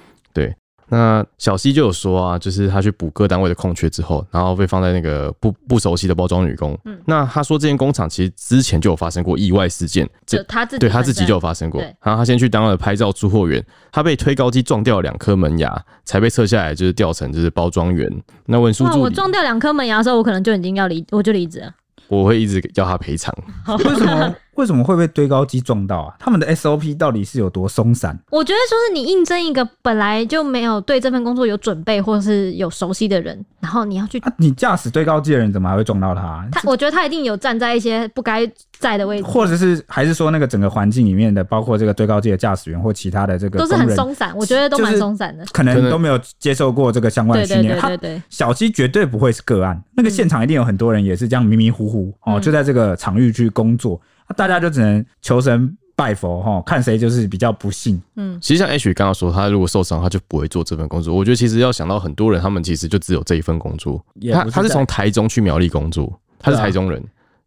Speaker 3: 那小西就有说啊，就是他去补各单位的空缺之后，然后被放在那个不不熟悉的包装女工。那他说这间工厂其实之前就有发生过意外事件，这
Speaker 1: 就他自己
Speaker 3: 对他
Speaker 1: 本
Speaker 3: 自己
Speaker 1: 身
Speaker 3: 就有发生过。
Speaker 1: 对
Speaker 3: 然后他先去当了拍照出货员，他被推高机撞掉了两颗门牙，才被撤下来，就是调成就是包装员。那文书
Speaker 1: 哇，
Speaker 3: 助
Speaker 1: 我
Speaker 3: 理，
Speaker 1: 撞掉两颗门牙的时候，我可能就已经要离，我就离职了。
Speaker 3: 我会一直要他赔偿。
Speaker 2: 为什么 为什么会被堆高机撞到啊？他们的 SOP 到底是有多松散？
Speaker 1: 我觉得就是你应征一个本来就没有对这份工作有准备或是有熟悉的人，然后你要去
Speaker 2: 啊，你驾驶堆高机的人怎么还会撞到他啊？
Speaker 1: 他，我觉得他一定有站在一些不该在的位置，
Speaker 2: 或者是还是说那个整个环境里面的，包括这个堆高机的驾驶员或其他的这个
Speaker 1: 都是
Speaker 2: 工
Speaker 1: 很
Speaker 2: 人，
Speaker 1: 松散，我觉得都
Speaker 2: 就
Speaker 1: 蛮
Speaker 2: 是
Speaker 1: 松散的。
Speaker 2: 可
Speaker 3: 可
Speaker 2: 能
Speaker 3: 能
Speaker 2: 都没有接受过这个相关
Speaker 1: 对
Speaker 2: 的
Speaker 1: 对
Speaker 2: 训练。
Speaker 1: 对
Speaker 2: 他
Speaker 1: 对对，
Speaker 2: 小鸡绝对不会是个案，那个现场一定有很多人也是这样迷迷糊糊哦，
Speaker 1: 嗯
Speaker 2: 就在这个场域去工作，那大家就只能求神拜佛哈、哦，看谁就是比较不幸。
Speaker 1: 嗯，
Speaker 3: 其实像 H 刚刚说，他如果受伤，他就不会做这份工作。我觉得其实要想到很多人，他们其实就只有这一份工作。
Speaker 2: 也
Speaker 3: 他
Speaker 2: 不是
Speaker 3: 他是
Speaker 2: 在
Speaker 3: 从台中去苗栗工作，他是
Speaker 2: 对啊
Speaker 3: 台中人，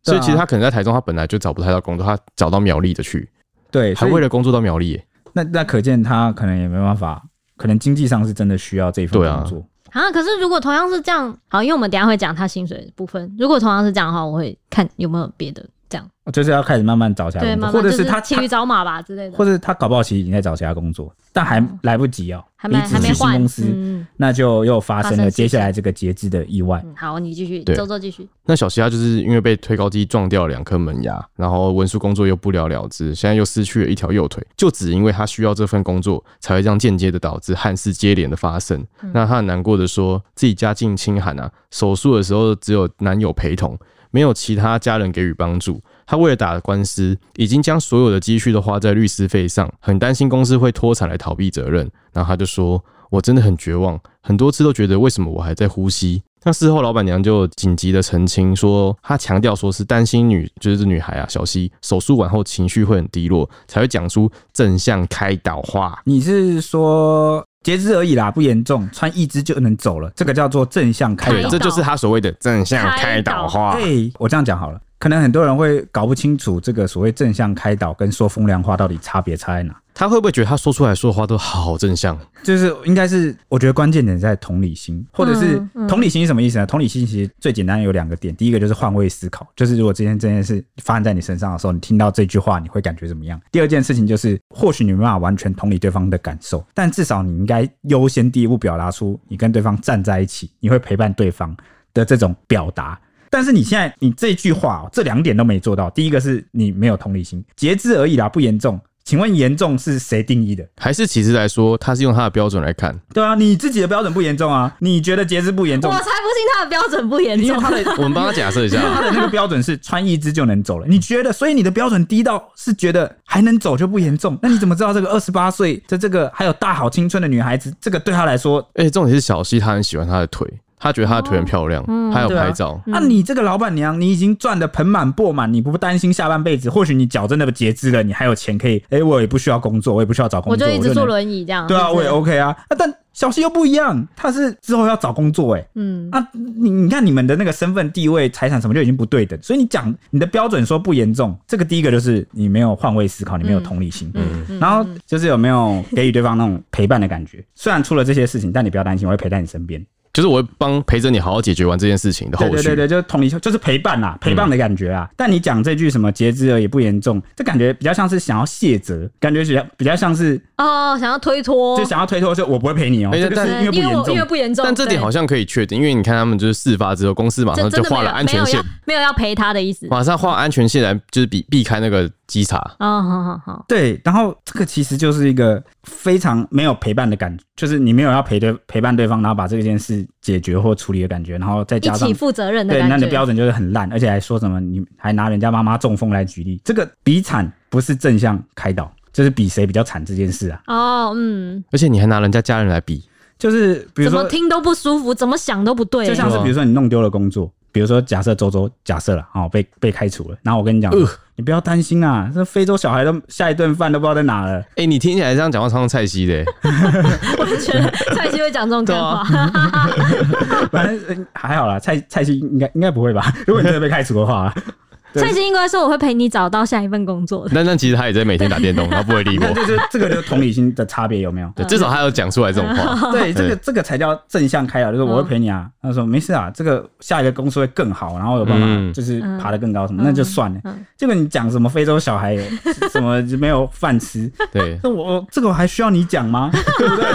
Speaker 2: 对
Speaker 3: 所以
Speaker 2: 啊
Speaker 3: 其实他可能在台中，他本来就找不太到工作，他找到苗栗的去，
Speaker 2: 对，
Speaker 3: 还
Speaker 2: 所以
Speaker 3: 为了工作到苗栗耶、
Speaker 2: 那那可见他可能也没办法，可能经济上是真的需要这一份
Speaker 3: 对啊
Speaker 2: 工作。
Speaker 1: 啊，可是如果同样是这样，好，因为我们等一下会讲他薪水的部分，如果同样是这样的话，我会看有没有别的这样，
Speaker 2: 就是要开始慢慢找其他
Speaker 1: 对，
Speaker 2: 工
Speaker 1: 慢
Speaker 2: 作，
Speaker 1: 慢
Speaker 2: 啊或者
Speaker 1: 就是
Speaker 2: 他
Speaker 1: 骑驴找马吧之类的
Speaker 2: 或，者他搞不好其实已经在找其他工作，但还来不及哦，
Speaker 1: 还
Speaker 2: 离
Speaker 1: 没
Speaker 2: 职
Speaker 1: 还
Speaker 2: 去
Speaker 1: 没
Speaker 2: 新
Speaker 1: 换
Speaker 2: 公，司，
Speaker 1: 嗯，
Speaker 2: 那就又发
Speaker 1: 发
Speaker 2: 生
Speaker 1: 生
Speaker 2: 了
Speaker 1: 事情
Speaker 2: 接下来这个截肢的意外。
Speaker 1: 嗯好，你继续，
Speaker 3: 对
Speaker 1: 周周继续，
Speaker 3: 那小西他就是因为被推高机撞掉两颗门牙，然后文书工作又不了了之，现在又失去了一条右腿，就只因为他需要这份工作，才会这样间接的导致憾事接连的发生。那他很难过的说，自己家境清寒啊，手术的时候只有男友陪同，没有其他家人给予帮助。他为了打官司，已经将所有的积蓄都花在律师费上，很担心公司会脱产来逃避责任。然后他就说：“我真的很绝望，很多次都觉得为什么我还在呼吸。”那事后，老板娘就紧急的澄清说，她强调说是担心女，就是这女孩啊，小溪手术完后情绪会很低落，才会讲出正向开导话。
Speaker 2: 你是说截肢而已啦，不严重，穿一只就能走了，这个叫做正向开
Speaker 1: 开
Speaker 2: 导
Speaker 1: 导
Speaker 3: 这。啊就是她所谓的正向开导话
Speaker 2: 哎、。我这样讲好了，可能很多人会搞不清楚这个所谓正向开导跟说风凉话到底差别差在哪。
Speaker 3: 她会不会觉得她说出来说的话都好正向？
Speaker 2: 就是应该是，我觉得关键点在同理心，或者是
Speaker 1: 嗯嗯
Speaker 2: 同理心是什么意思呢？同理心其实最简单有两个点，第一个就是换位思考，就是如果今天这件事发生在你身上的时候，你听到这句话，你会感觉怎么样？第二件事情就是，或许你没办法完全同理对方的感受，但至少你应该优先第一步表达出你跟对方站在一起，你会陪伴对方的这种表达。但是你现在你这句话、哦、这两点都没做到，第一个是你没有同理心，截肢而已啦，不严重。请问严重是谁定义的？
Speaker 3: 还是其实来说，她是用她的标准 来看？
Speaker 2: 对啊，你自己的标准不严重啊，你觉得截肢不严
Speaker 1: 我
Speaker 2: 重
Speaker 1: 才，不信他的标准不严
Speaker 2: 因
Speaker 1: 重
Speaker 2: 为，他的
Speaker 3: 我们帮她假设一下
Speaker 2: 他
Speaker 3: 啊，
Speaker 2: 的那个标准是穿一只就能走了，你觉得，所以你的标准低到是觉得还能走就不严重，那你怎么知道这个二十八岁的这个还有大好青春的女孩子，这个对她来说，
Speaker 3: 而且哎重点是小溪她很喜欢她的腿，她觉得她的腿很漂亮，她有
Speaker 2: 对啊
Speaker 3: 拍照。
Speaker 1: 嗯
Speaker 2: 那、你这个老板娘，你已经赚的盆满钵满，你不担心下半辈子，或许你脚真的截肢了，你还有钱可以，哎、我也不需要工作，我也不需要找工
Speaker 1: 我
Speaker 2: 作，
Speaker 1: 就一直
Speaker 2: 能
Speaker 1: 坐轮椅这样，
Speaker 2: 对啊，
Speaker 1: 是不
Speaker 2: 我也
Speaker 1: 是
Speaker 2: OK 啊，啊但小溪又不一样，她是之后要找工作、哎。
Speaker 1: 嗯，
Speaker 2: 啊，你你看你们的那个身份、地位、财产什么就已经不对等，所以你讲你的标准说不严重，这个第一个就是你没有换位思考，你没有同理心，
Speaker 3: 嗯
Speaker 2: 然后就是有没有给予对方那种陪伴的感觉。虽然出了这些事情，但你不要担心，我会陪在你身边。
Speaker 3: 就是我会帮陪着你好好解决完这件事情的后
Speaker 2: 对对
Speaker 3: 续嗯
Speaker 2: 对。对，就是同理心，就是陪伴啦，陪伴的感觉啊。但你讲这句什么截肢了也不严重，这感觉比较像是想要卸责，感觉比较比较像是
Speaker 1: 哦，想要推脱，
Speaker 2: 就想要推脱说我不会陪你哦、
Speaker 3: 哎
Speaker 2: 这个
Speaker 3: 但
Speaker 2: 是因
Speaker 1: 对
Speaker 2: 为不
Speaker 1: 因为
Speaker 2: 严
Speaker 1: 我
Speaker 2: 重
Speaker 1: 因为。不严重，
Speaker 3: 但这点
Speaker 1: 对
Speaker 3: 好像可以确定，因为你看他们就是事发之后，公司马
Speaker 1: 这
Speaker 3: 上
Speaker 1: 真
Speaker 3: 就
Speaker 1: 的没
Speaker 3: 画了
Speaker 1: 有
Speaker 3: 安
Speaker 1: 没
Speaker 3: 全
Speaker 1: 有
Speaker 3: 线
Speaker 1: 要，嗯没有要陪他的意思。
Speaker 3: 马上画安全线来，就是避避开那个稽查。
Speaker 1: 哦，好好好，
Speaker 2: 对，然后这个其实就是一个非常没有陪伴的感觉，就是你没有要陪对陪伴对方，然后把这件事解决或处理的感觉，然后再
Speaker 1: 一
Speaker 2: 加上
Speaker 1: 起负责任的
Speaker 2: 对
Speaker 1: 感
Speaker 2: 那
Speaker 1: 觉。
Speaker 2: 你的标准就是很烂，而且还说什么你还拿人家妈妈中风来举例，这个比惨不是正向开导，就是比谁比较惨这件事啊，
Speaker 1: 哦，嗯，
Speaker 3: 而且你还拿人家家人来比，
Speaker 2: 就是比如
Speaker 1: 怎么
Speaker 2: 说，
Speaker 1: 听都不舒服，怎么想都不对。
Speaker 2: 就像是比如说你弄丢了工作。比如说，假设周周假设了哦，被被开除了，然后我跟你讲，
Speaker 3: 呃
Speaker 2: 你不要担心啊，这非洲小孩都下一顿饭都不知道在哪了，
Speaker 3: 哎、你听起来这样讲话超像蔡西 的、欸
Speaker 1: 我就觉得 蔡徐会讲这种干话，
Speaker 2: 啊反正呃还好啦，蔡蔡西应该应该不会吧？ 如果你真的被开除的 话，对
Speaker 1: 蔡徐应该说我会陪你找到下一份工 作的。
Speaker 3: 但但其实他也在每天打电动，他不会理
Speaker 2: 那
Speaker 3: 我。
Speaker 2: 就是这个就是同理心的差别有没有？
Speaker 3: 对，至少他有讲出来这种 话。
Speaker 2: 对，这个这个才叫正向开导，就是我会陪你啊。他说没事啊，这个下一个公司会更好，然后有办法
Speaker 3: 嗯
Speaker 2: 就是爬得更高什么，
Speaker 1: 嗯
Speaker 2: 那就算了
Speaker 1: 嗯。
Speaker 2: 结果你讲什么非洲小孩什么 没有饭吃，
Speaker 3: 对，
Speaker 2: 那我我这个我还需要你讲吗？对不对？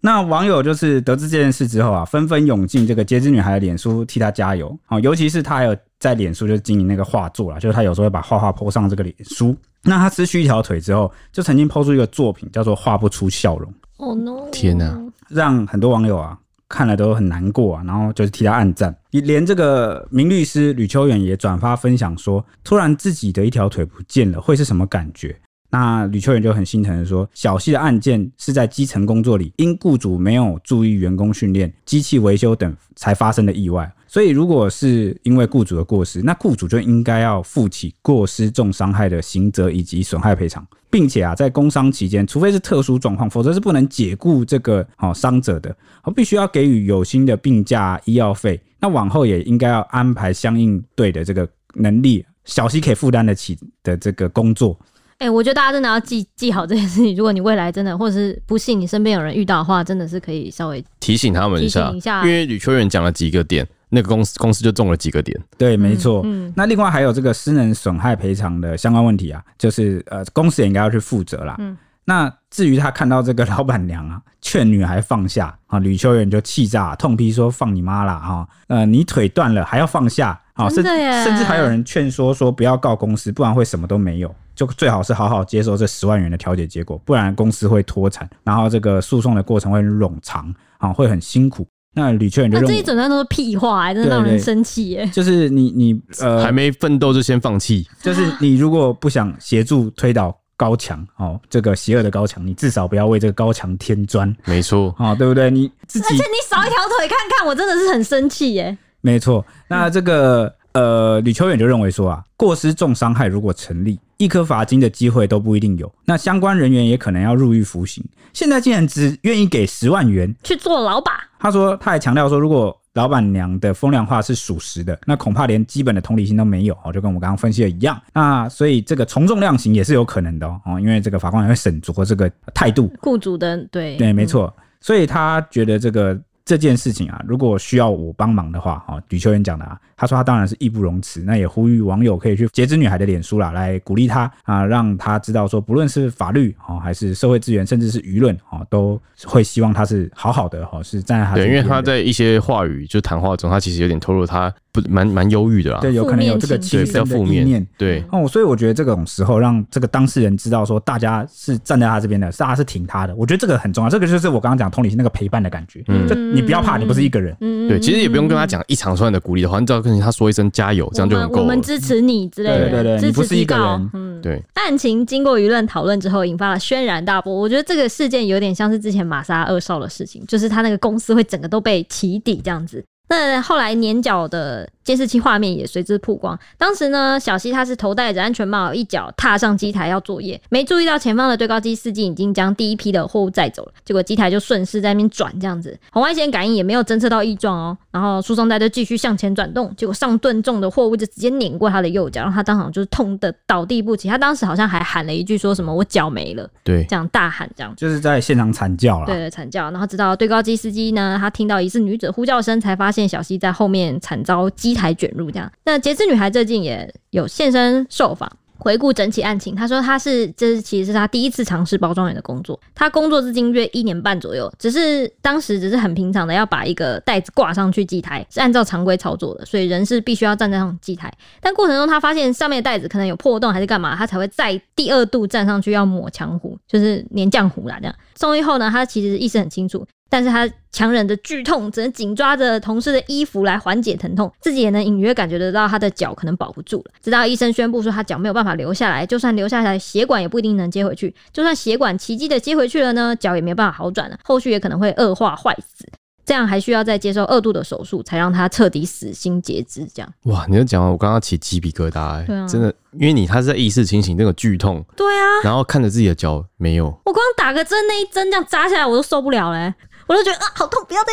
Speaker 2: 那网友就是得知这件事之后啊，纷纷涌进这个截肢女孩的脸书替她加油。好、尤其是她还有在脸书就经营那个画作啦，就是他有时候会把画画 PO 上这个脸书。那他失去一条腿之后，就曾经 PO 出一个作品，叫做《画不出笑容》，
Speaker 1: 哦 no！
Speaker 3: 天哪！
Speaker 2: 让很多网友啊看了都很难过啊，然后就是替他暗赞。连这个名律师吕秋远也转发分享说，突然自己的一条腿不见了，会是什么感觉？那吕秋远就很心疼的说，小细的案件是在基层工作里，因雇主没有注意员工训练、机器维修等才发生的意外。所以，如果是因为雇主的过失，那雇主就应该要负起过失重伤害的刑责以及损害赔偿，并且啊，在工伤期间，除非是特殊状况，否则是不能解雇这个哦伤者的，哦必须要给予有薪的病假、医药费。那往后也应该要安排相应对的这个能力，小溪可以负担得起的这个工作。
Speaker 1: 哎、我觉得大家真的要记记好这件事情。如果你未来真的，或者是不幸你身边有人遇到的话，真的是可以稍微
Speaker 3: 提醒他们一
Speaker 1: 提
Speaker 3: 下，
Speaker 1: 醒一下
Speaker 3: 因为吕秋远讲了几个点，那个公司公司就中了几个点。
Speaker 2: 对，没错。
Speaker 1: 嗯
Speaker 2: 那另外还有这个私人损害赔偿的相关问题啊，就是呃，公司也应该要去负责啦。
Speaker 1: 嗯
Speaker 2: 那至于他看到这个老板娘啊，劝女孩放下啊，吕秋远就气炸，痛批说放你妈啦哈、呃，你腿断了还要放下啊，
Speaker 1: 真
Speaker 2: 甚
Speaker 1: 的耶
Speaker 2: 甚至还有人劝说说不要告公司，不然会什么都没有。就最好是好好接受这十万元的调解结果，不然公司会脱产，然后这个诉讼的过程会很冗长啊，会很辛苦。那吕秋远就
Speaker 1: 那
Speaker 2: 认
Speaker 1: 这
Speaker 2: 为
Speaker 1: 一，整段都是屁话、哎真的让
Speaker 2: 对
Speaker 1: 人
Speaker 2: 对
Speaker 1: 生气耶、
Speaker 2: 就是你你呃，
Speaker 3: 还没奋斗就先放弃，
Speaker 2: 就是你如果不想协助推倒高墙哦，这个邪恶的高墙，你至少不要为这个高墙添砖
Speaker 3: 没错。
Speaker 2: 哦，对不对？你自己
Speaker 1: 你少一条腿看看，我真的是很生气 耶、
Speaker 2: 没错。那这个呃，吕秋远就认为说啊，过失重伤害如果成立，一颗罚金的机会都不一定有，那相关人员也可能要入狱服刑。现在竟然只愿意给十万元，
Speaker 1: 去坐牢吧！
Speaker 2: 他说，他还强调说，如果老板娘的风凉话是属实的，那恐怕连基本的同理心都没有哦，就跟我们刚刚分析的一样。那所以这个从重量刑也是有可能的哦，哦因为这个法官也会审酌这个态度。
Speaker 3: 嗯
Speaker 1: 雇主的对
Speaker 2: 对，没错。所以他觉得这个这件事情啊，如果需要我帮忙的话，哈、哦，吕秋元讲的啊，他说他当然是义不容辞，那也呼吁网友可以去截止女孩的脸书啦，来鼓励她啊，让她知道说，不论是法律哦，还是社会资源，甚至是舆论哦，都会希望她是好好的哦，是站在她
Speaker 3: 对，
Speaker 2: 这
Speaker 3: 因为
Speaker 2: 边
Speaker 3: 他
Speaker 2: 的
Speaker 3: 在一些话语就谈话中，他其实有点透露他不蛮蛮忧郁的啦，
Speaker 2: 对有可能有这个
Speaker 1: 负面
Speaker 2: 亲
Speaker 3: 啊对，比较
Speaker 2: 身的
Speaker 3: 负
Speaker 2: 意念
Speaker 3: 面。，对，
Speaker 2: 哦，所以我觉得这种时候让这个当事人知道说，大家是站在他这边的，是大家是挺他的，我觉得这个很重要。这个就是我刚刚讲同理心那个陪伴的感觉，
Speaker 3: 嗯
Speaker 2: 就你不要怕，你不是一个人，
Speaker 1: 嗯
Speaker 3: 对，其实也不用跟他讲一长串的鼓励的话，你只要跟他说一声加油，这样就很
Speaker 1: 我
Speaker 3: 够
Speaker 1: 们
Speaker 3: 了。
Speaker 1: 支持你之类的，
Speaker 2: 对对对
Speaker 1: 支持
Speaker 2: 你不是一个
Speaker 1: 提告
Speaker 2: 人
Speaker 1: 嗯，
Speaker 3: 对。
Speaker 1: 案情经过舆论讨论之后，引发了轩然大波。我觉得这个事件有点像是之前玛莎二少的事情，就是他那个公司会整个都被起底这样子。那后来年角的监视器画面也随之曝光。当时呢，小西他是头戴着安全帽，一脚踏上机台要作业，没注意到前方的对高机司机已经将第一批的货物载走了，结果机台就顺势在那边转这样子。红外线感应也没有侦测到异状哦，然后输送带就继续向前转动，结果上吨重的货物就直接碾过他的右脚，让他当场就是痛的倒地不起。他当时好像还喊了一句说什么“我脚没了”，
Speaker 3: 对，
Speaker 1: 这样大喊这样。
Speaker 2: 就是在现场惨叫啦。
Speaker 1: 对，惨叫。然后直到对高机司机呢，他听到疑似女子呼叫声，才发现小西在后面惨遭机台卷入。这样，那截肢女孩最近也有现身受访。回顾整起案情，她说她是这是其实是她第一次尝试包装员的工作，她工作至今约一年半左右，只是当时只是很平常的要把一个袋子挂上去机台，是按照常规操作的，所以人是必须要站在上机台。但过程中他发现上面的袋子可能有破洞还是干嘛，他才会再第二度站上去要抹墙糊，就是粘浆糊啦这样。送医后呢，他其实意识很清楚，但是他强忍着剧痛，只能紧抓着同事的衣服来缓解疼痛，自己也能隐约感觉得到他的脚可能保不住了。直到医生宣布说他脚没有办法留下来，就算留下来，血管也不一定能接回去，就算血管奇迹的接回去了呢，脚也没办法好转了，后续也可能会恶化坏死。这样还需要再接受二度的手术，才让他彻底死心截肢。这样
Speaker 3: 哇，你就讲完，我刚刚起鸡皮疙瘩、欸，
Speaker 1: 对啊
Speaker 3: 真的，因为你他是在意识清醒，那个 剧痛，
Speaker 1: 对啊，
Speaker 3: 然后看着自己的脚没有，
Speaker 1: 我光打个针那一针这样扎下来，我都受不了嘞、我都觉得啊，好痛，不要再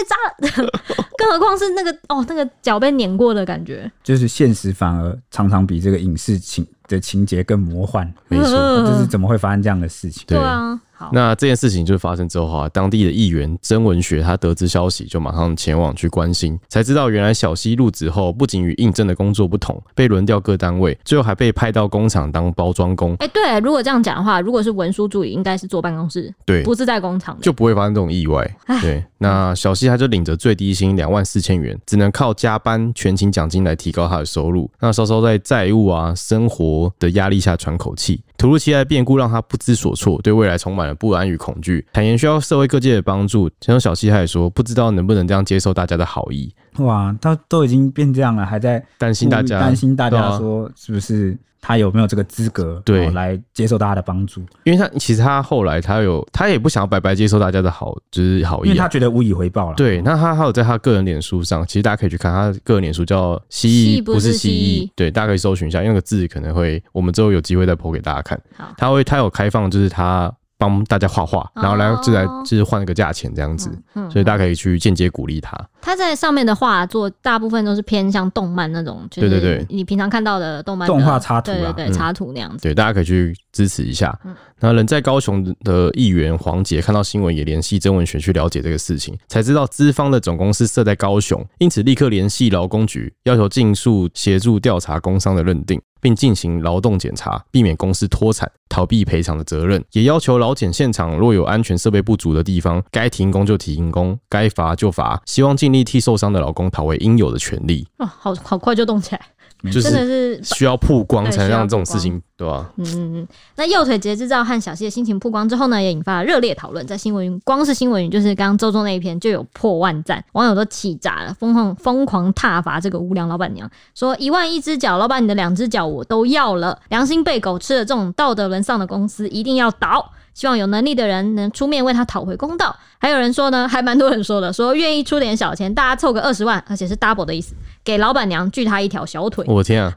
Speaker 1: 扎了。 更何况是那个哦，那个脚被碾过的感觉，
Speaker 2: 就是现实反而常常比这个影视情的情节更魔幻，
Speaker 3: 没错
Speaker 1: 呃
Speaker 2: 就是怎么会发生这样的事情？
Speaker 3: 对
Speaker 1: 对啊，好
Speaker 3: 那这件事情就发生之后啊，当地的议员曾文学他得知消息，就马上前往去关心，才知道原来小溪入职后，不仅与应征的工作不同，被轮调各单位，最后还被派到工厂当包装工。
Speaker 1: 哎、对，如果这样讲的话，如果是文书助理，应该是坐办公室，
Speaker 3: 对，
Speaker 1: 不是在工厂的。
Speaker 3: 就不会发生这种意外。对，那小西他就领着最低薪两万四千元，只能靠加班全勤奖金来提高他的收入。那稍稍在债务啊、生活的压力下喘口气。突如其来的变故让他不知所措，对未来充满了不安与恐惧，坦言需要社会各界的帮助。其中小西他也说，不知道能不能这样接受大家的好意，
Speaker 2: 哇，他都已经变这样了，还在
Speaker 3: 担心大
Speaker 2: 嗯
Speaker 3: 家，
Speaker 2: 担心大
Speaker 3: 对啊
Speaker 2: 家说是不是他有没有这个资格
Speaker 3: 对哦
Speaker 2: 哦来接受大家的帮助，
Speaker 3: 因为他其实他后来他有他也不想要白白接受大家的好，就是好
Speaker 2: 因为
Speaker 3: 意、
Speaker 2: 他
Speaker 3: 啊。
Speaker 2: 觉得无以回报了。
Speaker 3: 对，那他还有在他个人脸书上，其实大家可以去看他个人脸书叫蜥
Speaker 1: 蜥
Speaker 3: 蜴，
Speaker 1: 不
Speaker 3: 不
Speaker 1: 是
Speaker 3: 是蜥
Speaker 1: 蜥
Speaker 3: 蜴
Speaker 1: 蜴，
Speaker 3: 对，大家可以搜寻一下，因为那个字可能会，我们之后有机会再剖给大家看
Speaker 1: 好。
Speaker 3: 他会他有开放，就是他帮大家画画，然后来
Speaker 1: 哦
Speaker 3: 就来就是换个价钱这样子，
Speaker 1: 嗯，
Speaker 3: 所以大家可以去间接鼓励他。
Speaker 1: 他在上面的画作大部分都是偏向动漫那种，就
Speaker 3: 对对
Speaker 1: 是
Speaker 3: 对
Speaker 1: 你平常看到的动漫的
Speaker 2: 动画插图
Speaker 1: 对
Speaker 2: 啊
Speaker 1: 对
Speaker 2: 啦
Speaker 1: 对，
Speaker 3: 嗯
Speaker 1: 插图那样子。
Speaker 3: 对，大家可以去支持一下。
Speaker 1: 嗯
Speaker 3: 那人在高雄的议员黄杰看到新闻，也联系曾文学去了解这个事情，才知道资方的总公司设在高雄，因此立刻联系劳工局，要求尽速协助调查工伤的认定，并进行劳动检查，避免公司脱产、逃避赔偿的责任，也要求劳检现场若有安全设备不足的地方，该停工就停工，该罚就罚，希望尽力替受伤的劳工讨回应有的权利，
Speaker 1: 哇，哦好好快就动起来，
Speaker 2: 没
Speaker 3: 就
Speaker 2: 错
Speaker 1: 真的
Speaker 3: 是。
Speaker 1: 是。
Speaker 3: 需要曝光
Speaker 1: 对
Speaker 3: 才能
Speaker 1: 需要
Speaker 3: 让这种
Speaker 1: 曝
Speaker 3: 事
Speaker 1: 光
Speaker 3: 情，对吧、
Speaker 1: 嗯嗯嗯，那右腿节制照和小西的心情曝光之后呢，也引发了热烈讨论。在新闻云，光是新闻云就是刚刚周周那一篇就有破万赞，网友都气炸了，疯狂疯狂挞伐这个无良老板娘，说一万一只脚，老板你的两只脚我都要了，良心被狗吃了，这种道德沦丧的公司一定要倒。希望有能力的人能出面为他讨回公道。还有人说呢，还蛮多人说的，说愿意出点小钱，大家凑个二十万，而且是 double 的意思，给老板娘锯她一条小腿。
Speaker 3: 我的天啊！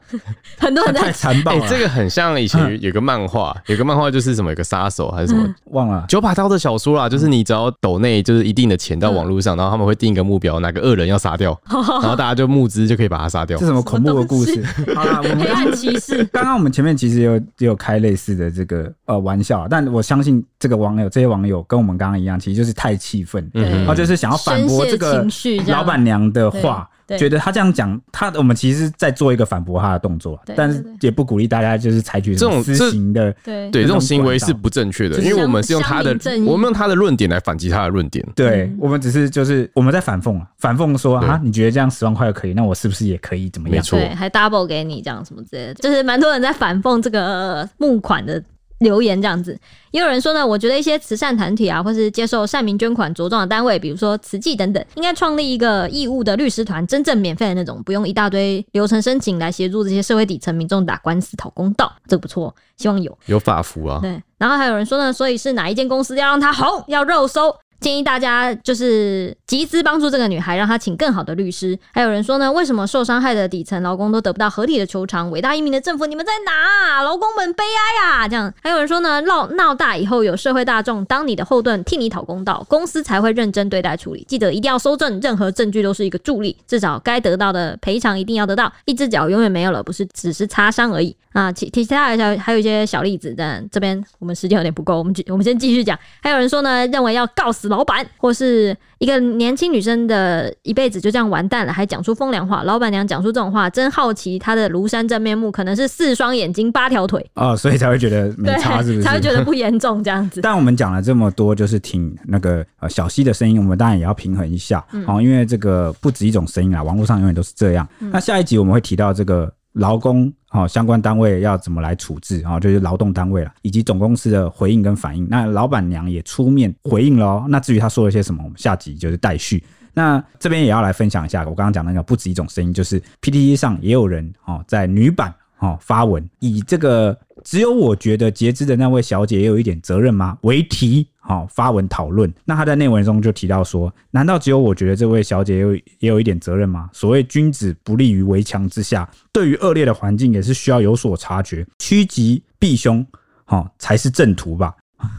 Speaker 1: 很多
Speaker 2: 他
Speaker 1: 人在
Speaker 2: 太残暴
Speaker 3: 哎、
Speaker 2: 了，
Speaker 3: 这个很像以前有有个漫画，有个漫画就是什么有个杀手还是什么
Speaker 1: 嗯
Speaker 2: 忘了。
Speaker 3: 九把刀的小说啦，啊就是你只要抖内就是一定的钱到网络上，然后他们会定一个目标，哪个恶人要杀掉，然后大家就募资就可以把他杀掉
Speaker 2: 这。什么恐怖的故事？ 好啦，我 们
Speaker 1: 黑暗骑士。
Speaker 2: 刚刚我们前面其实也有也有开类似的这个呃玩笑啊，但我相信这个网友这些网友跟我们刚刚一样，其实就是太气愤，
Speaker 1: 对
Speaker 2: 然
Speaker 3: 嗯
Speaker 2: 后就是想要反驳这
Speaker 1: 宣泄
Speaker 2: 个
Speaker 1: 情绪这样
Speaker 2: 老板娘的话
Speaker 1: 对对，
Speaker 2: 觉得他这样讲，他我们其实是在做一个反驳他的动作啊
Speaker 1: 对，
Speaker 2: 但是
Speaker 1: 对对
Speaker 2: 也不鼓励大家就是采取
Speaker 3: 这种
Speaker 2: 私刑的。
Speaker 1: 对
Speaker 2: 这
Speaker 3: 对，这
Speaker 2: 种
Speaker 3: 种行为
Speaker 2: 管道
Speaker 3: 是不正确的，
Speaker 1: 就是
Speaker 3: 因为
Speaker 1: 乡
Speaker 3: 我们是用他的
Speaker 1: 乡民正义，
Speaker 3: 我们用他的论点来反击他的论点。
Speaker 2: 对
Speaker 1: 嗯
Speaker 2: 我们只是就是我们在反讽啊，反讽说
Speaker 3: 对
Speaker 2: 啊，你觉得这样十万块可以，那我是不是也可以怎么
Speaker 3: 没
Speaker 2: 样？
Speaker 3: 错
Speaker 1: 对，还 double 给你这样什么之类的，就是蛮多人在反讽这个募款的留言这样子。也有人说呢，我觉得一些慈善团体啊，或是接受善民捐款着重啊的单位，比如说慈济等等，应该创立一个义务的律师团，真正免费的那种，不用一大堆流程申请来协助这些社会底层民众打官司讨公道，这不错，希望有。
Speaker 3: 有法服啊，
Speaker 1: 对，然后还有人说呢，所以是哪一间公司要让她红，要肉搜？建议大家就是集资帮助这个女孩，让她请更好的律师。还有人说呢，为什么受伤害的底层劳工都得不到合理的求偿？伟大英明的政府，你们在哪啊、劳工们悲哀啊！这样，还有人说呢，闹闹大以后有社会大众当你的后盾，替你讨公道，公司才会认真对待处理。记得一定要搜证，任何证据都是一个助力，至少该得到的赔偿一定要得到。一只脚永远没有了，不是只是擦伤而已啊。其其他还有还有一些小例子，但这边我们时间有点不够，我们继我们先继续讲。还有人说呢，认为要告死老板，或是一个年轻女生的一辈子就这样完蛋了，还讲出风凉话。老板娘讲出这种话，真好奇她的庐山真面目，可能是四双眼睛、八条腿，
Speaker 2: 哦，所以才会觉得没
Speaker 1: 对，
Speaker 2: 差，是不是？
Speaker 1: 才会觉得不严重这样子。
Speaker 2: 但我们讲了这么多，就是挺那个呃小溪的声音，我们当然也要平衡一下，哦，因为这个不止一种声音啦，网络上永远都是这样。那下一集我们会提到这个劳工哦相关单位要怎么来处置哦，就是劳动单位啦，以及总公司的回应跟反应。那老板娘也出面回应了哦。那至于她说了些什么，我们下集就是待续。那这边也要来分享一下，我刚刚讲的那个不止一种声音，就是 PTT 上也有人哦在女版哦发文，以这个只有我觉得截肢的那位小姐也有一点责任吗为题。哦，发文讨论。那她在内文中就提到说，难道只有我觉得这位小姐也有也有一点责任吗？所谓君子不立于围墙之下，对于恶劣的环境也是需要有所察觉，趋吉避凶，哦，才是正途吧。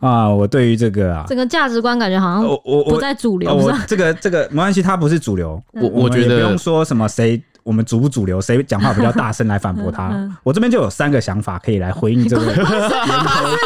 Speaker 2: 啊，我对于这个啊，
Speaker 1: 整个价值观感觉好像
Speaker 2: 呃我我我
Speaker 1: 不在主
Speaker 2: 哦，
Speaker 1: 流
Speaker 2: 我
Speaker 1: 上。
Speaker 2: 这个这个没关系，它不是主流。
Speaker 1: 嗯
Speaker 2: 我
Speaker 3: 我
Speaker 2: 们也
Speaker 3: 觉得
Speaker 2: 不用说什么谁我们主不主流，谁讲话比较大声来反驳
Speaker 1: 嗯
Speaker 2: 他。我这边就有三个想法可以来回应这个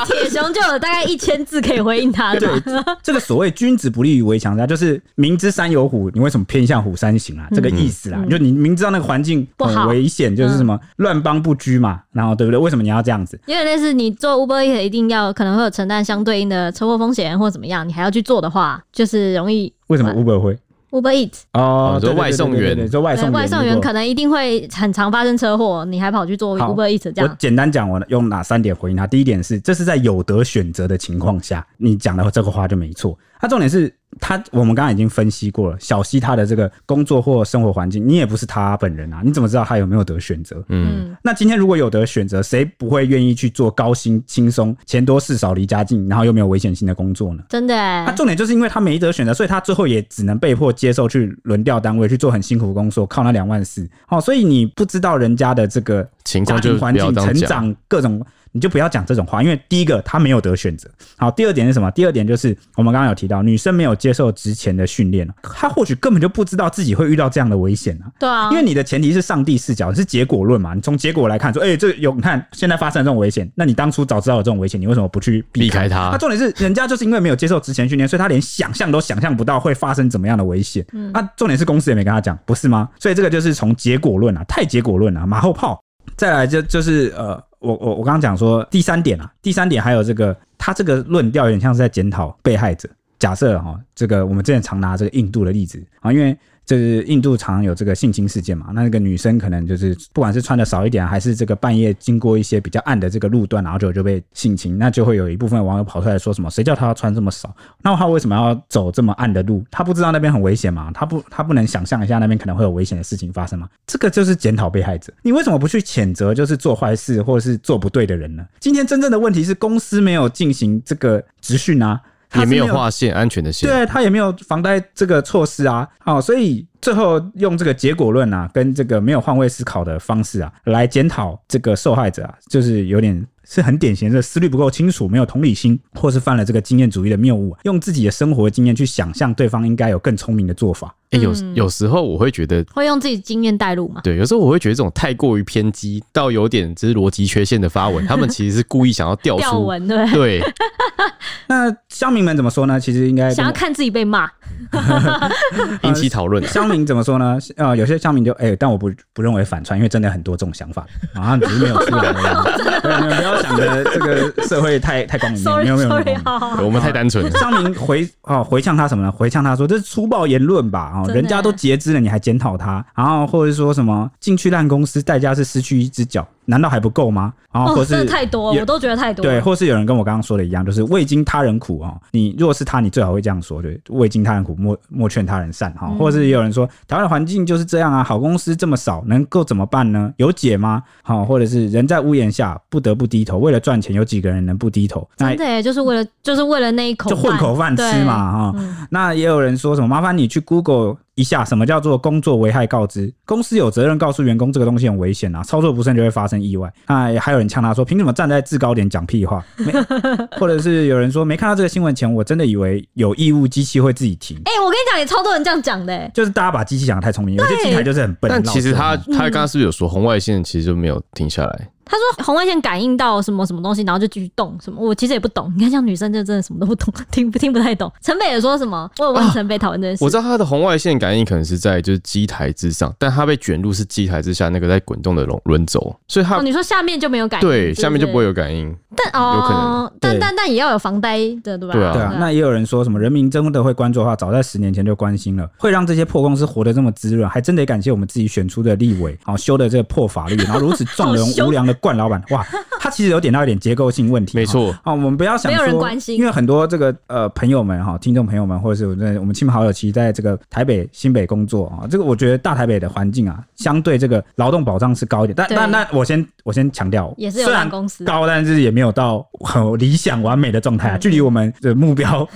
Speaker 1: 这铁熊就有大概一千字可以回应他的吧。
Speaker 2: 这个所谓君子不立于围墙下，就是明知山有虎，你为什么偏向虎山行啊？这个意思啦，就你明知道那个环境
Speaker 1: 嗯不好
Speaker 2: 很危险，就是什么乱帮不拘嘛，然后对不对？为什么你要这样子？
Speaker 1: 因为类似你做 Uber Eats 一定要可能会有承担相对应的车祸风险或怎么样，你还要去做的话，就是容易
Speaker 2: 为什么 Uber 会？
Speaker 1: Uber Eat
Speaker 2: 哦
Speaker 3: 哦
Speaker 2: 对
Speaker 3: 就
Speaker 2: 对
Speaker 3: 外送
Speaker 2: 对对
Speaker 3: 员
Speaker 2: 对对就哎外送
Speaker 1: 对
Speaker 2: 员，
Speaker 1: 外送
Speaker 2: 如
Speaker 1: 员
Speaker 2: 果
Speaker 1: 可能一定会很常发生车祸，你还跑去做
Speaker 2: 好
Speaker 1: Uber Eat 这
Speaker 2: 我
Speaker 1: 样。
Speaker 2: 简单讲完了，用哪三点回应他？第一点是，这是在有得选择的情况下，你讲的这个话就没错。那、重点是他，我们刚刚已经分析过了，小西他的这个工作或生活环境，你也不是他本人啊，你怎么知道他有没有得选择？
Speaker 3: 嗯，
Speaker 1: 嗯，
Speaker 2: 那今天如果有得选择，谁不会愿意去做高薪、轻松、钱多事少、离家近，然后又没有危险性的工作呢？
Speaker 1: 真的欸
Speaker 2: 他重点就是因为他没得选择，所以他最后也只能被迫接受去轮调单位去做很辛苦的工作，靠那两万四。哦，所以你不知道人家的这个
Speaker 3: 情
Speaker 2: 家
Speaker 3: 况就
Speaker 2: 庭
Speaker 3: 不
Speaker 2: 环
Speaker 3: 要
Speaker 2: 境、
Speaker 3: 这
Speaker 2: 成
Speaker 3: 样讲。
Speaker 2: 长各种，你就不要讲这种话，因为第一个他没有得选择。好，第二点是什么？第二点就是我们刚刚有提到，女生没有接受职前的训练，她或许根本就不知道自己会遇到这样的危险啊。
Speaker 1: 对啊，
Speaker 2: 因为你的前提是上帝视角，是结果论嘛？你从结果来看，说，哎、这有你看现在发生这种危险，那你当初早知道有这种危险，你为什么不去避
Speaker 3: 避开它
Speaker 2: 那、重点是，人家就是因为没有接受之前训练，所以他连想象都想象不到会发生怎么样的危险。嗯，啊，重点是公司也没跟他讲，不是吗？所以这个就是从结果论啊，太结果论啊，马后炮。再来就就是呃，我我我刚刚讲说第三点啊，第三点还有这个，他这个论调有点像是在检讨被害者。假设哈、这个我们之前常拿这个印度的例子啊，因为就是印度常有这个性侵事件嘛，那那个女生可能就是不管是穿的少一点，还是这个半夜经过一些比较暗的这个路段，然后就就被性侵，那就会有一部分网友跑出来说什么，谁叫她要穿这么少？那她为什么要走这么暗的路？她不知道那边很危险吗？她不，她不能想象一下那边可能会有危险的事情发生吗？这个就是检讨被害者，你为什么不去谴责就是做坏事或者是做不对的人呢？今天真正的问题是公司没有进行这个职训啊。他
Speaker 3: 也
Speaker 2: 是
Speaker 3: 没有划线，安全的线。
Speaker 2: 对他也没有房贷这个措施啊，好、所以最后用这个结果论啊，跟这个没有换位思考的方式啊，来检讨这个受害者啊，就是有点。是很典型的思虑不够清楚，没有同理心，或是犯了这个经验主义的谬误啊，用自己的生活经验去想象对方应该有更聪明的做法。
Speaker 3: 诶哎有
Speaker 1: 嗯
Speaker 3: 有时候我会觉得，
Speaker 1: 会用自己经验带入嘛。
Speaker 3: 对，有时候我会觉得这种太过于偏激到有点就是逻辑缺陷的发文，他们其实是故意想要调
Speaker 1: 吊
Speaker 3: 出。
Speaker 1: 文对不对？
Speaker 3: 对，
Speaker 2: 那乡民们怎么说呢？其实应该跟
Speaker 1: 想要看自己被骂，
Speaker 3: 引起讨论。
Speaker 2: 乡民怎么说呢？ 呃，有些乡民就哎、但我不不认为反串，因为真的很多这种想法，啊，只是没有出来 而已。对，你们不要想的这个社会太太光明面，
Speaker 1: sorry
Speaker 2: 哎没有没有没有
Speaker 1: sorry，
Speaker 2: 光明
Speaker 1: 好好好，
Speaker 3: 我们太单纯了。
Speaker 2: 张明回哦回呛他什么呢？回呛他说这是粗暴言论吧？哦，
Speaker 1: 真的
Speaker 2: 人家都截肢了，你还检讨他？然后或者说什么进去烂公司，代价是失去一只脚，难道还不够吗？然后
Speaker 1: 哦，
Speaker 2: 或是、
Speaker 1: 真的太多，
Speaker 2: 有
Speaker 1: 我都觉得太多。
Speaker 2: 对，，或是有人跟我刚刚说的一样，就是未经他人苦哦。你若是他，你最好会这样说，对，未经他人苦，莫莫劝他人善哈、哦
Speaker 1: 嗯
Speaker 2: 或是也有人说，台湾的环境就是这样啊，好公司这么少，能够怎么办呢？有解吗？好、或者是人在屋檐下，不得不低头，为了赚钱，有几个人能不低头？那
Speaker 1: 真的耶就是为了就是为了那一口
Speaker 2: 就混口饭吃嘛，哈、
Speaker 1: 对嗯
Speaker 2: 那也有人说什么，麻烦你去 Google 一下，什么叫做工作危害告知？公司有责任告诉员工这个东西很危险啊，操作不慎就会发生意外。那还有人呛他说，凭什么站在制高点讲屁话？ 没，或者是有人说，没看到这个新闻前，我真的以为有义务机器会自己停，
Speaker 1: 哎、我跟你讲，也超多人这样讲的、哎
Speaker 2: 就是大家把机器想的太聪明，有些机台就是很笨。
Speaker 3: 但其实他
Speaker 2: 很
Speaker 3: 他刚刚是不是有说红外线其实就没有停下来？
Speaker 1: 他说红外线感应到什么什么东西，然后就继续动什么。我其实也不懂，你看像女生就真的什么都不懂，听不听不太懂。陈北也说什么，我有问陈北讨论这件事。
Speaker 3: 我知道他的红外线感应可能是在就是机台之上，但他被卷入是机台之下那个在滚动的轮轮轴，所以他
Speaker 1: 哦，你说下面就没有感应，
Speaker 3: 对下面就不会
Speaker 1: 有，
Speaker 3: 有感应。
Speaker 1: 但
Speaker 3: 有可
Speaker 1: 哦
Speaker 3: 能，
Speaker 1: 但
Speaker 2: 对
Speaker 1: 但但也要有防呆的，对吧？
Speaker 3: 对啊
Speaker 2: 对啊，那也有人说什么人民真的会关注的话，早在十年前就关心了，会让这些破公司活得这么滋润，还真得感谢我们自己选出的立委，好、修的这个破法律，然后如此纵
Speaker 1: 好
Speaker 2: 容
Speaker 1: 凶
Speaker 2: 无良的惯老板，哇，他其实有点到一点结构性问题，
Speaker 3: 没错
Speaker 2: 啊、哦我们不要想
Speaker 1: 没有
Speaker 2: 说，
Speaker 1: 人关心
Speaker 2: 因为很多这个呃朋友们哈、听众朋友们，或者是我们在我们亲朋好友，其实在这个台北新北工作啊、这个我觉得大台北的环境啊，相对这个劳动保障是高一点，但
Speaker 1: 对
Speaker 2: 但但我先我先强调，
Speaker 1: 也是有
Speaker 2: 虽然
Speaker 1: 烂公司
Speaker 2: 高，但是也没有到很理想完美的状态啊，距离我们的 目标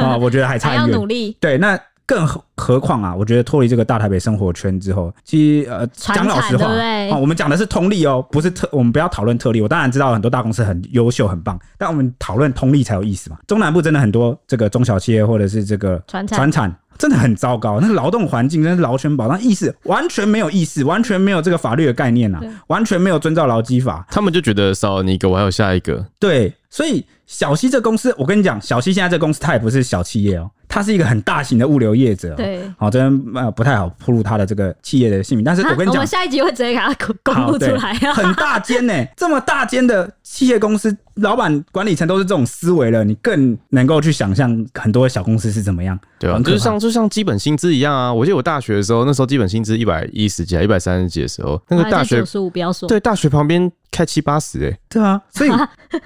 Speaker 2: 啊、我觉得
Speaker 1: 嗯
Speaker 2: 还
Speaker 1: 还
Speaker 2: 差
Speaker 1: 要
Speaker 2: 很远
Speaker 1: 努。力。
Speaker 2: 对，那更何何况啊，我觉得脱离这个大台北生活圈之后，其实呃，
Speaker 1: 传
Speaker 2: 讲老
Speaker 1: 产
Speaker 2: 实话
Speaker 1: 对不对
Speaker 2: 啊，我们讲的是通例哦，不是特，我们不要讨论特例。我当然知道很多大公司很优秀、很棒，但我们讨论通例才有意思嘛。中南部真的很多这个中小企业或者是这个
Speaker 1: 传产
Speaker 2: 传产真的很糟糕。那个劳动环境真是劳权保障意识完全没有意识，完全没有这个法律的概念啊
Speaker 1: 对，
Speaker 2: 完全没有遵照劳基法。
Speaker 3: 他们就觉得少了你一个，我还有下一个。
Speaker 2: 对，所以小西这公司，我跟你讲，小西现在这公司它也不是小企业哦，它是一个很大型的物流业者、哦。
Speaker 1: 对。
Speaker 2: 好，这边呃不太好铺露他的这个企业的姓名，但是我跟你
Speaker 1: 啊
Speaker 2: 讲
Speaker 1: 们，下一集会直接给他公公
Speaker 2: 好
Speaker 1: 布出
Speaker 2: 对，
Speaker 1: 来啊！
Speaker 2: 很大间呢、这么大间的企业公司，老板管理层都是这种思维了，你更能够去想象很多小公司是怎么样。
Speaker 3: 对啊，
Speaker 2: 很可
Speaker 3: 就
Speaker 2: 怕
Speaker 3: 是像就像基本薪资一样啊！我记得我大学的时候，那时候基本薪资一百一十几、一百三十几的时候，那个大学
Speaker 1: 九十五不要说，
Speaker 3: 对大学旁边开七八十哎、
Speaker 2: 对啊，所以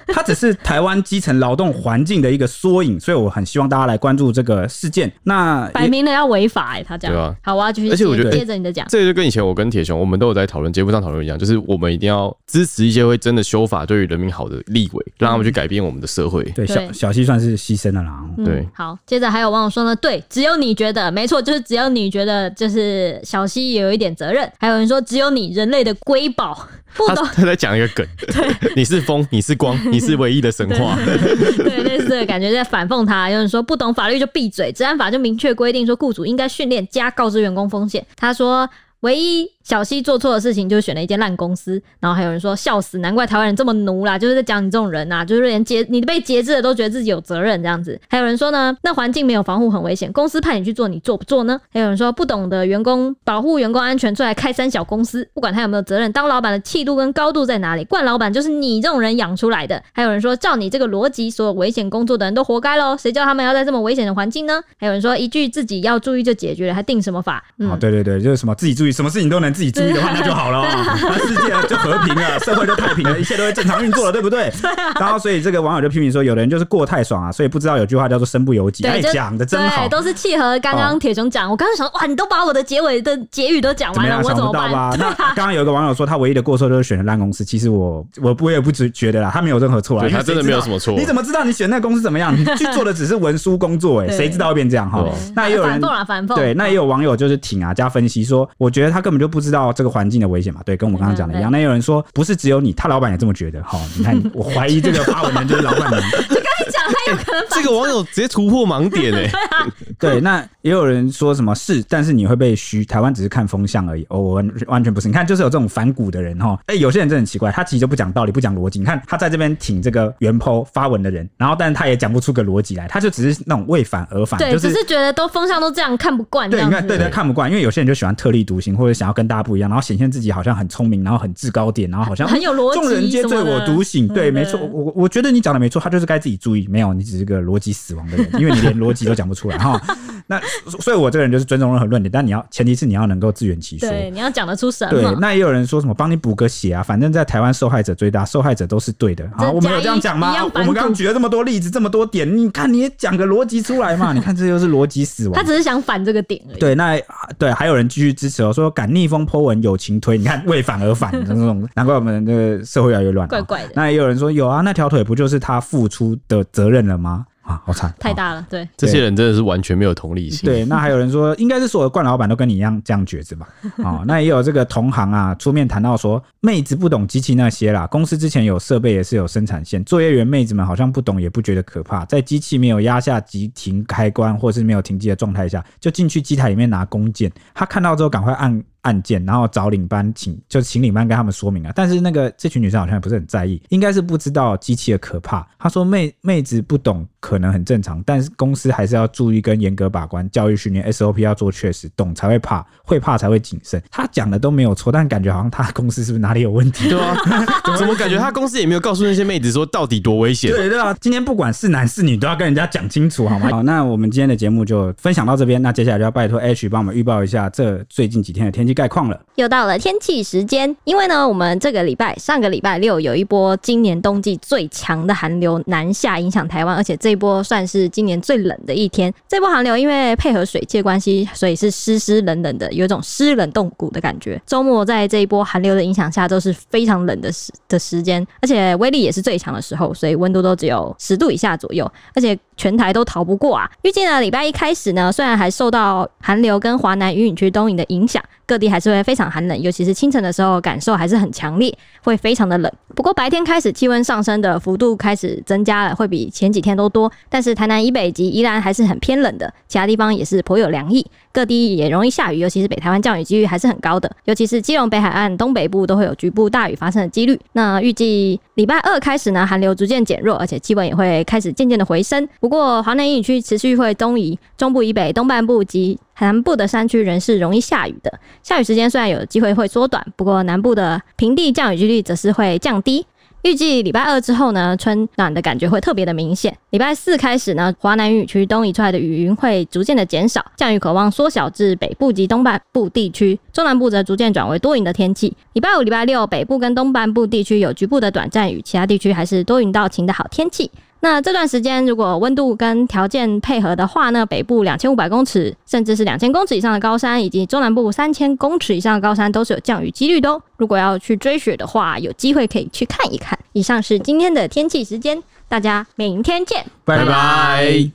Speaker 2: 它只是台湾基层劳动环境的一个缩影，所以我很希望大家来关注这个事件。那
Speaker 1: 摆明了要违法哎、他这
Speaker 3: 对
Speaker 1: 样
Speaker 3: 啊。
Speaker 1: 好，我要继续接，
Speaker 3: 而且我觉得
Speaker 1: 接着你的讲，
Speaker 3: 这个就跟以前我跟铁雄我们都有在讨论节目上讨论一样，就是我们一定要支持一些会真的修法对于人民好的立委，让他们去改变我们的社会。
Speaker 2: 对小
Speaker 1: 对
Speaker 2: 小西算是牺牲了啦。
Speaker 1: 嗯
Speaker 3: 对
Speaker 1: 好，接着还有网友说呢，对，只有你觉得没错，就是只有你觉得就是小西有一点责任，还有人说只有你人类的瑰宝， 不
Speaker 3: 他
Speaker 1: 懂
Speaker 3: 他在讲一个 梗，你是风，你是光，你是唯一的神话。
Speaker 1: 对，类似的感觉在反讽他。有人说不懂法律就闭嘴，治安法就明确规定说雇主应该训练加告知员工风险。他说。唯一小西做错的事情就是选了一间烂公司，然后还有人说笑死，难怪台湾人这么奴啦，就是在讲你这种人呐、啊，就是连节你被节制了都觉得自己有责任这样子。还有人说呢，那环境没有防护很危险，公司派你去做，你做不做呢？还有人说不懂得员工保护员工安全，出来开三小公司，不管他有没有责任，当老板的气度跟高度在哪里？惯老板就是你这种人养出来的。还有人说，照你这个逻辑，所有危险工作的人都活该喽，谁叫他们要在这么危险的环境呢？还有人说，一句自己要注意就解决了，还定什么法？嗯
Speaker 2: 啊，对对对，就是什么自己注意，什么事情都能自己注意的话，那就好了、啊，那世界就和平了，社会就太平了，一切都会正常运作了，对不 对？
Speaker 1: 啊
Speaker 2: 然后，所以这个网友就批评说，有的人就是过太爽啊，所以不知道有句话叫做“身不由己”，哎，
Speaker 1: 就
Speaker 2: 讲的真好
Speaker 1: 对，。都是契合刚刚铁熊讲。我刚刚想，哇，你都把我的结尾的结语都讲
Speaker 2: 怎么
Speaker 1: 完了，
Speaker 2: 样？
Speaker 1: 我
Speaker 2: 想
Speaker 1: 怎么
Speaker 2: 不到
Speaker 1: 办？啊
Speaker 2: 吧？那刚刚有一个网友说，他唯一的过错就是选了烂公司。其实我我我也不只觉得啦，他没有任何错啊，
Speaker 3: 对
Speaker 2: 因为
Speaker 3: 他真的
Speaker 2: 谁知道
Speaker 3: 没有什么错
Speaker 2: 你怎么知道你选那个公司怎么样？你去做的只是文书工作，哎，
Speaker 1: 对
Speaker 2: 谁知道会变这样哈
Speaker 3: 对？
Speaker 2: 那也有
Speaker 1: 反
Speaker 2: 人
Speaker 1: 讽啊，反讽。
Speaker 2: 对，那也有网友就是挺啊加分析说，我觉得他根本就不知道这个环境的危险嘛。对，跟我们刚刚讲
Speaker 1: 嗯
Speaker 2: 的一样。那也有人说，不是只有你，他老板也这么觉得。好，你看，我怀疑这个发文人就是老板 娘。
Speaker 1: 讲他有可能
Speaker 3: 这个网友直接突破盲点哎、
Speaker 2: 对，那也有人说什么是，但是你会被虚，台湾只是看风向而已。哦，我完完全不是。你看，就是有这种反骨的人哈。哎、有些人真的很奇怪，他其实就不讲道理，不讲逻辑。你看他在这边挺这个原 po 发文的人，然后但他也讲不出个逻辑来，他就只是那种为反而反，
Speaker 1: 对，
Speaker 2: 就
Speaker 1: 只是觉得都风向都这样，看不惯这
Speaker 2: 对，
Speaker 1: 样
Speaker 2: 你
Speaker 1: 子。
Speaker 2: 看，对对，看不惯，因为有些人就喜欢特立独行，或者想要跟大家不一样，然后显现自己好像很聪明，然后很制高点，然后好 像
Speaker 1: 很有逻辑
Speaker 2: 众人皆醉我独醒。
Speaker 1: 什么的
Speaker 2: 对，
Speaker 1: 嗯
Speaker 2: 没错，
Speaker 1: 对
Speaker 2: 我我我觉得你讲的没错，他就是该自己注意。没有，你只是个逻辑死亡的人，因为你连逻辑都讲不出 来哈。那所以，我这个人就是尊重任何论点，但你要前提是你要能够自圆其说。
Speaker 1: 对，你要讲得出什
Speaker 2: 对，
Speaker 1: 么？
Speaker 2: 那也有人说什么帮你补个血啊，反正在台湾受害者最大，受害者都是对的啊。
Speaker 1: 真
Speaker 2: 我们有
Speaker 1: 假
Speaker 2: 这样
Speaker 1: 一
Speaker 2: 讲吗
Speaker 1: 一样？
Speaker 2: 我
Speaker 1: 反
Speaker 2: 们刚刚
Speaker 1: 骨
Speaker 2: 举了这么多例子，这么多点，你看你也讲个逻辑出来嘛？你看这就是逻 辑死亡。
Speaker 1: 他只是想反这个点而已。
Speaker 2: 对，那对还有人继续支持哦，说敢逆风 Po 文友情推，你看为反 而反的那种，难怪我们那个社会越来越乱、啊
Speaker 1: 怪怪的
Speaker 2: 那也有人说有啊，那条腿不就是他付出的责任了吗？啊，好惨，
Speaker 1: 太
Speaker 2: 哦
Speaker 1: 大了，对，
Speaker 3: 这些人真的是完全没有同理心。
Speaker 2: 对，那还有人说，应该是所有的冠老板都跟你一样这样觉得吧？哦，那也有这个同行啊，出面谈到说，妹子不懂机器那些啦，公司之前有设备也是有生产线，作业员妹子们好像不懂也不觉得可怕，在机器没有压下急停开关或是没有停机的状态下，就进去机台里面拿弓箭，他看到之后赶快按。按键，然后找领班请，就请领班跟他们说明啊。但是那个这群女生好像也不是很在意，应该是不知道机器的可怕。她说妹妹子不懂可能很正常，但是公司还是要注意跟严格把关，教育训练 SOP 要做确实，懂才会怕，会怕才会谨慎。她讲的都没有错，但感觉好像她公司是不是哪里有问题？
Speaker 3: 对啊，怎么感觉他公司也没有告诉那些妹子说到底多危险？
Speaker 2: 对对啊，今天不管是男是女，都要跟人家讲清楚，好吗？好，那我们今天的节目就分享到这边，那接下来就要拜托 H 帮我们预报一下这最近几天的天气概况了。
Speaker 1: 又到了天气时间，因为呢，我们这个礼拜上个礼拜六有一波今年冬季最强的寒流南下影响台湾，而且这一波算是今年最冷的一天。这波寒流因为配合水汽的关系，所以是湿湿冷冷的，有一种湿冷冻骨的感觉。周末在这一波寒流的影响下，都是非常冷的时的时间，而且威力也是最强的时候，所以温度都只有十度以下左右，而且全台都逃不过啊。预计呢，礼拜一开始呢，虽然还受到寒流跟华南雨隐区东引的影响，各地还是会非常寒冷，尤其是清晨的时候，感受还是很强烈，会非常的冷。不过白天开始气温上升的幅度开始增加了，会比前几天都多。但是台南以北及宜兰还是很偏冷的，其他地方也是颇有凉意。各地也容易下雨，尤其是北台湾降雨几率还是很高的，尤其是基隆北海岸、东北部都会有局部大雨发生的几率。那预计礼拜二开始呢，寒流逐渐减弱，而且气温也会开始渐渐的回升。不过华南阴雨区持续会东移，中部以北、东半部及南部的山区仍是容易下雨的。下雨时间虽然有机会会缩短，不过南部的平地降雨几率则是会降低。预计礼拜二之后呢，春暖的感觉会特别的明显。礼拜四开始呢，华南雨区东移出来的雨云会逐渐的减少，降雨渴望缩小至北部及东半部地区，中南部则逐渐转为多云的天气。礼拜五、礼拜六，北部跟东半部地区有局部的短暂雨，其他地区还是多云到晴的好天气。那这段时间，如果温度跟条件配合的话呢，北部两千五百公尺甚至是两千公尺以上的高山，以及中南部三千公尺以上的高山都是有降雨几率的哦。如果要去追雪的话，有机会可以去看一看。以上是今天的天气时间，大家明天见。
Speaker 2: 拜
Speaker 3: 拜拜